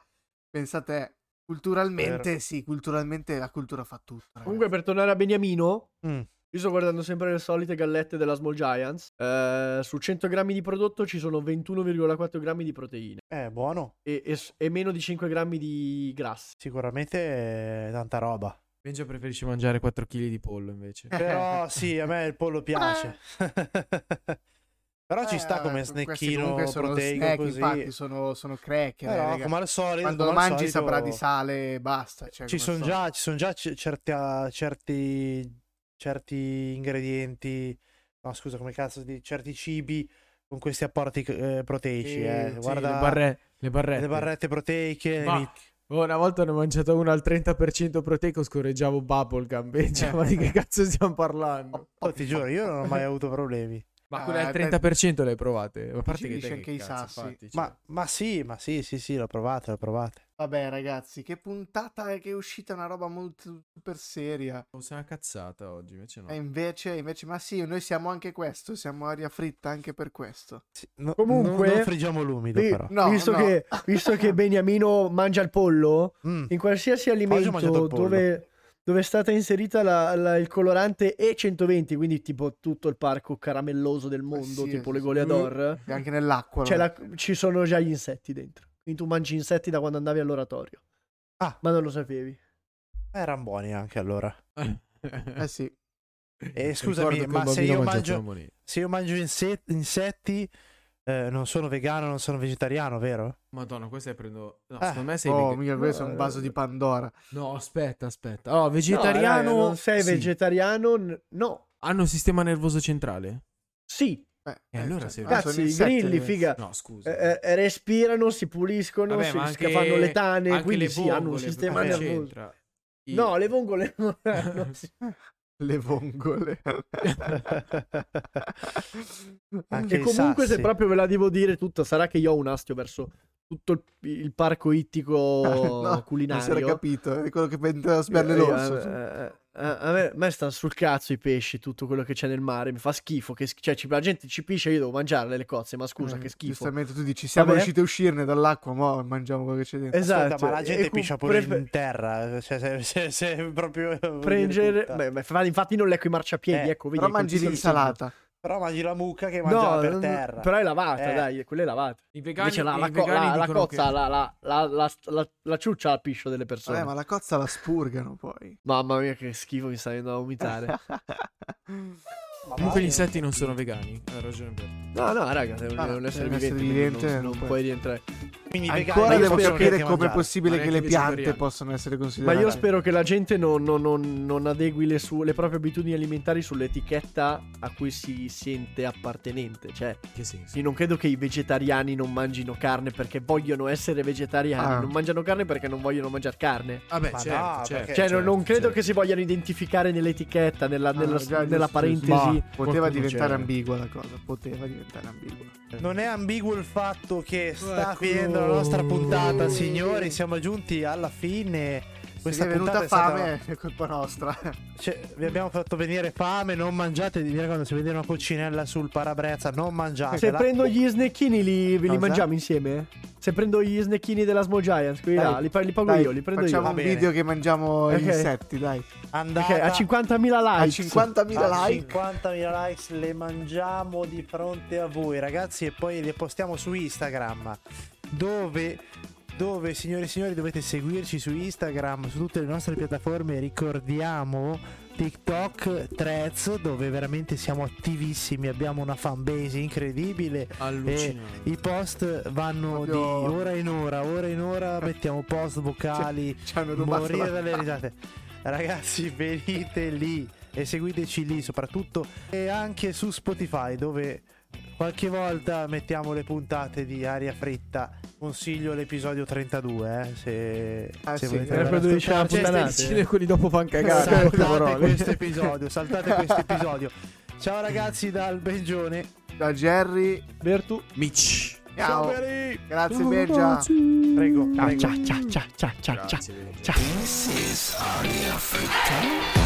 Speaker 2: pensate culturalmente
Speaker 1: Certo.
Speaker 2: sì culturalmente la cultura fa tutto ragazzi.
Speaker 4: comunque per tornare a Beniamino
Speaker 1: Mm.
Speaker 4: Io sto guardando sempre le solite gallette della Small Giants. Eh, su 100 grammi di prodotto ci sono 21,4 grammi di proteine
Speaker 1: Eh, buono.
Speaker 4: e, e s- e meno di 5 grammi di grassi.
Speaker 1: Sicuramente eh, tanta roba.
Speaker 3: Benja preferisce mangiare 4 kg di pollo invece. Eh,
Speaker 1: Però sì, a me il pollo piace. Però ci sta
Speaker 2: Eh,
Speaker 1: come
Speaker 2: vabbè, questi
Speaker 1: snackino
Speaker 2: comunque sono
Speaker 1: proteico
Speaker 2: snack,
Speaker 1: così.
Speaker 2: infatti sono, sono cracker eh,
Speaker 1: Però
Speaker 2: raga.
Speaker 1: come al solito,
Speaker 2: quando lo
Speaker 1: come al
Speaker 2: mangi
Speaker 1: solito,
Speaker 2: saprà di sale e basta cioè,
Speaker 1: Ci
Speaker 2: come
Speaker 1: sono
Speaker 2: so.
Speaker 1: già, ci son già c- certi, ah, certi, certi ingredienti, no scusa come cazzo, di certi cibi con questi apporti eh, proteici.
Speaker 3: Sì,
Speaker 1: eh.
Speaker 3: sì,
Speaker 1: Guarda
Speaker 3: le, barre- le barrette.
Speaker 1: le barrette proteiche.
Speaker 3: Ma-
Speaker 1: mi-
Speaker 3: Oh, una volta ne ho mangiato una al 30% proteico, scorreggiavo bubblegum. Benja, ma di che cazzo stiamo parlando? Eh,
Speaker 1: oh, ti giuro, io non ho mai avuto problemi.
Speaker 3: Ma
Speaker 2: Ah,
Speaker 3: quelle al
Speaker 2: beh.
Speaker 3: 30% le hai provate? Ma a parte
Speaker 2: Ci
Speaker 3: che
Speaker 2: dice
Speaker 3: te
Speaker 2: anche
Speaker 3: che
Speaker 2: i
Speaker 3: cazzo
Speaker 2: sassi.
Speaker 3: fatti, cioè.
Speaker 1: Ma, ma sì, ma sì, sì, sì, l'ho provato, l'ho provato.
Speaker 2: vabbè ragazzi che puntata è che è uscita una roba molto super seria
Speaker 3: Fosse una cazzata oggi, invece no.
Speaker 4: Certo. Eh,
Speaker 2: E invece, invece, ma sì, noi siamo anche questo, siamo aria fritta anche per questo.
Speaker 1: Sì, no-
Speaker 4: Comunque-
Speaker 1: non, non friggiamo l'umido
Speaker 4: Vi-
Speaker 1: però.
Speaker 2: No,
Speaker 4: visto,
Speaker 2: no.
Speaker 4: Che, visto che Beniamino mangia il pollo,
Speaker 1: Mm.
Speaker 4: in qualsiasi
Speaker 1: mangiato
Speaker 4: alimento
Speaker 1: il pollo.
Speaker 4: dove, dove è stata inserita la- la- il colorante E120, quindi tipo tutto il parco caramelloso del mondo,
Speaker 2: sì,
Speaker 4: tipo
Speaker 2: sì,
Speaker 4: le
Speaker 2: sì.
Speaker 4: goleador,
Speaker 2: E anche nell'acqua.
Speaker 4: c'è
Speaker 2: allora.
Speaker 4: Cioè, la- ci sono già gli insetti dentro. Quindi tu mangi insetti da quando andavi all'oratorio.
Speaker 1: Ah.
Speaker 4: Ma non lo sapevi.
Speaker 1: Eh, erano buoni anche allora.
Speaker 2: Eh sì,
Speaker 1: scusami,
Speaker 3: Ricordo
Speaker 4: Eh,
Speaker 3: che
Speaker 1: ma
Speaker 3: un
Speaker 1: se
Speaker 3: bambino
Speaker 1: io
Speaker 3: mangia
Speaker 1: mangio-
Speaker 3: salmonini.
Speaker 1: Se io mangio inse- insetti, eh, non sono vegano, non sono vegetariano, vero?
Speaker 3: Madonna, questo è prendo. No,
Speaker 1: Ah,
Speaker 3: secondo me sei.
Speaker 2: Oh,
Speaker 3: vega-
Speaker 2: mica questo è un vaso
Speaker 4: Eh.
Speaker 2: di Pandora.
Speaker 3: No, aspetta, aspetta. Allora,
Speaker 4: Vegetariano?
Speaker 3: vegetariano.
Speaker 4: non sei
Speaker 3: sì.
Speaker 4: vegetariano? n- no.
Speaker 3: Hanno un sistema nervoso centrale?
Speaker 4: Sì,
Speaker 2: Beh,
Speaker 3: E allora se-
Speaker 2: ah, sono
Speaker 4: cazzi, i
Speaker 2: insetti,
Speaker 4: grilli,
Speaker 2: eh.
Speaker 4: figa.
Speaker 3: No, scusa.
Speaker 4: Eh, eh, respirano, si puliscono,
Speaker 3: Vabbè,
Speaker 4: si
Speaker 3: ma anche-
Speaker 4: fanno le tane,
Speaker 3: Anche
Speaker 4: eh, quindi
Speaker 3: le
Speaker 4: sì, hanno un
Speaker 3: vongole,
Speaker 4: sistema
Speaker 3: cosa
Speaker 2: vabbè,
Speaker 4: nervoso.
Speaker 3: c'entra? Ah, I-
Speaker 4: No, le vongole non hanno. sì.
Speaker 2: Le vongole.
Speaker 1: Anche
Speaker 4: E
Speaker 1: i
Speaker 4: comunque, se
Speaker 1: sassi.
Speaker 4: proprio ve la devo dire tutta, sarà che io ho un astio verso tutto il, il parco ittico
Speaker 2: No, Non si era
Speaker 4: culinario.
Speaker 2: capito, è quello che prende lo
Speaker 4: Io-
Speaker 2: sberle
Speaker 4: io-
Speaker 2: l'orso.
Speaker 4: eh, eh, eh, A me, a me stanno sul cazzo i pesci, tutto quello che c'è nel mare, mi fa schifo. Che, sch- cioè, ci- la gente ci pisce, io devo mangiarle le cozze, ma scusa,
Speaker 2: Eh,
Speaker 4: che schifo.
Speaker 2: Giustamente tu dici, siamo
Speaker 4: Vabbè.
Speaker 2: riusciti a uscirne dall'acqua, ma mangiamo quello che c'è dentro.
Speaker 4: Esatto,
Speaker 1: Ascolta, ma la
Speaker 4: e
Speaker 1: gente
Speaker 4: cu-
Speaker 1: piscia pure
Speaker 4: pre-
Speaker 1: in terra. Cioè, se, se, se proprio. vuol dire
Speaker 4: prendere-
Speaker 1: tutta.
Speaker 4: beh, ma fa- infatti, non lecco i marciapiedi.
Speaker 1: Eh,
Speaker 4: ecco, vedi,
Speaker 2: Però
Speaker 4: è quel
Speaker 2: mangi
Speaker 4: tipo di
Speaker 2: l'insalata.
Speaker 1: Però mangi la mucca che
Speaker 4: segno.
Speaker 1: mangiava
Speaker 4: No,
Speaker 1: per
Speaker 4: non-
Speaker 1: terra.
Speaker 4: però è lavata,
Speaker 1: Eh.
Speaker 4: dai, quella è lavata.
Speaker 3: I vegani,
Speaker 4: Invece la,
Speaker 3: i
Speaker 4: la, co-
Speaker 3: vegani
Speaker 4: la- la
Speaker 3: dicono che-
Speaker 4: cozza, la, la, la, la, la- la ciuccia la piscio delle persone.
Speaker 2: Vabbè, Eh, ma la cozza la spurgano poi.
Speaker 4: Mamma mia, che schifo, mi sta venendo a vomitare. Eh.
Speaker 1: Ma
Speaker 3: Comunque
Speaker 1: vai,
Speaker 3: gli insetti non
Speaker 1: eh.
Speaker 3: sono vegani. Ha ragione per
Speaker 4: No, no, raga, sei un,
Speaker 2: Ah,
Speaker 4: è un essere
Speaker 2: un essere
Speaker 4: vivente,
Speaker 2: vivente,
Speaker 4: quindi non,
Speaker 2: non
Speaker 4: non
Speaker 2: puoi-
Speaker 4: puoi rientrare.
Speaker 1: Quindi i vegani non
Speaker 2: Ancora devo
Speaker 1: possono
Speaker 4: spero
Speaker 2: capire
Speaker 1: neanche
Speaker 2: come è
Speaker 1: mangiare.
Speaker 2: possibile
Speaker 3: Ma
Speaker 2: che le
Speaker 3: neanche
Speaker 2: piante
Speaker 3: vegetariani.
Speaker 2: possano essere
Speaker 4: Ma
Speaker 2: considerate.
Speaker 4: io spero che la gente non, non- non- non adegui le, sue, le proprie abitudini alimentari sull'etichetta a cui si sente appartenente. Cioè,
Speaker 3: che senso.
Speaker 4: io non credo che i vegetariani non mangino carne perché vogliono essere vegetariani,
Speaker 2: Ah.
Speaker 4: non mangiano carne perché non vogliono mangiare carne.
Speaker 3: Vabbè,
Speaker 1: Ma
Speaker 3: certo,
Speaker 1: no,
Speaker 3: certo,
Speaker 1: perché- Eh,
Speaker 4: cioè, non-
Speaker 3: certo,
Speaker 4: non credo
Speaker 3: certo.
Speaker 4: che si vogliano identificare nell'etichetta, nella, nella-
Speaker 2: Ah, già,
Speaker 4: nella
Speaker 2: giusto, giusto.
Speaker 4: parentesi.
Speaker 2: Ma
Speaker 4: qualcuno
Speaker 2: poteva diventare
Speaker 4: c'era.
Speaker 2: ambigua la cosa, poteva diventare ambigua.
Speaker 1: Non è ambiguo il fatto che sta
Speaker 3: Ecco.
Speaker 1: finendo la nostra puntata, signori. Siamo giunti alla fine. Questa
Speaker 2: Se vi è
Speaker 1: puntata
Speaker 2: venuta
Speaker 1: è stata-
Speaker 2: fame, è colpa nostra.
Speaker 1: Cioè, vi abbiamo fatto venire fame. Non mangiate. Mi raccomando, se vedete una coccinella sul parabrezza, non
Speaker 4: Se
Speaker 1: mangiatela.
Speaker 4: prendo gli snecchini li, ve li
Speaker 2: Cosa?
Speaker 4: mangiamo insieme? Se prendo gli snecchini della Small Giants, quelli
Speaker 2: Dai,
Speaker 4: là, li, pa- li pago
Speaker 2: Dai,
Speaker 4: io, li prendo
Speaker 2: facciamo
Speaker 1: Va
Speaker 2: un
Speaker 1: bene.
Speaker 2: video che mangiamo gli
Speaker 4: Ok. Ah,
Speaker 2: insetti, dai.
Speaker 4: io.
Speaker 1: Andate
Speaker 4: Ok, a 50.000
Speaker 2: A
Speaker 4: likes.
Speaker 2: 50.000
Speaker 1: a
Speaker 2: like.
Speaker 1: 50.000 Ah, likes le mangiamo di fronte a voi ragazzi e poi le postiamo su Instagram dove dove signore e signori dovete seguirci su Instagram su tutte le nostre piattaforme ricordiamo TikTok Threads dove veramente siamo attivissimi abbiamo una fanbase incredibile
Speaker 4: Eh,
Speaker 3: Allucinante.
Speaker 1: i post vanno
Speaker 2: Proprio-
Speaker 1: di ora in ora ora in ora mettiamo post vocali
Speaker 2: Ci hanno rubato
Speaker 1: morire
Speaker 2: la-
Speaker 1: dalle risate. Ragazzi, venite lì e seguiteci lì soprattutto e anche su Spotify dove qualche volta mettiamo le puntate di aria fritta. Consiglio l'episodio 32, eh, se,
Speaker 2: Ah,
Speaker 1: se
Speaker 2: sì,
Speaker 1: volete
Speaker 2: eh,
Speaker 1: andare ad
Speaker 4: proprio dove
Speaker 1: ascoltarci.
Speaker 4: c'è la
Speaker 3: Cioè,
Speaker 4: Puntanate.
Speaker 3: stai dicendo che quelli dopo fanno cagare.
Speaker 2: Esatto.
Speaker 1: Saltate
Speaker 2: Parole.
Speaker 1: questo episodio, saltate questo episodio. Ciao ragazzi dal Bengione.
Speaker 2: Da Jerry.
Speaker 4: Vertu.
Speaker 3: Mitch.
Speaker 2: Ciao.
Speaker 1: Poveri!
Speaker 2: Grazie Bergia.
Speaker 1: Prego, prego.
Speaker 4: Ciao, ciao, ciao, ciao, ciao, ciao.
Speaker 3: Grazie, Benja.
Speaker 4: Ciao.
Speaker 5: This is Aria Fritta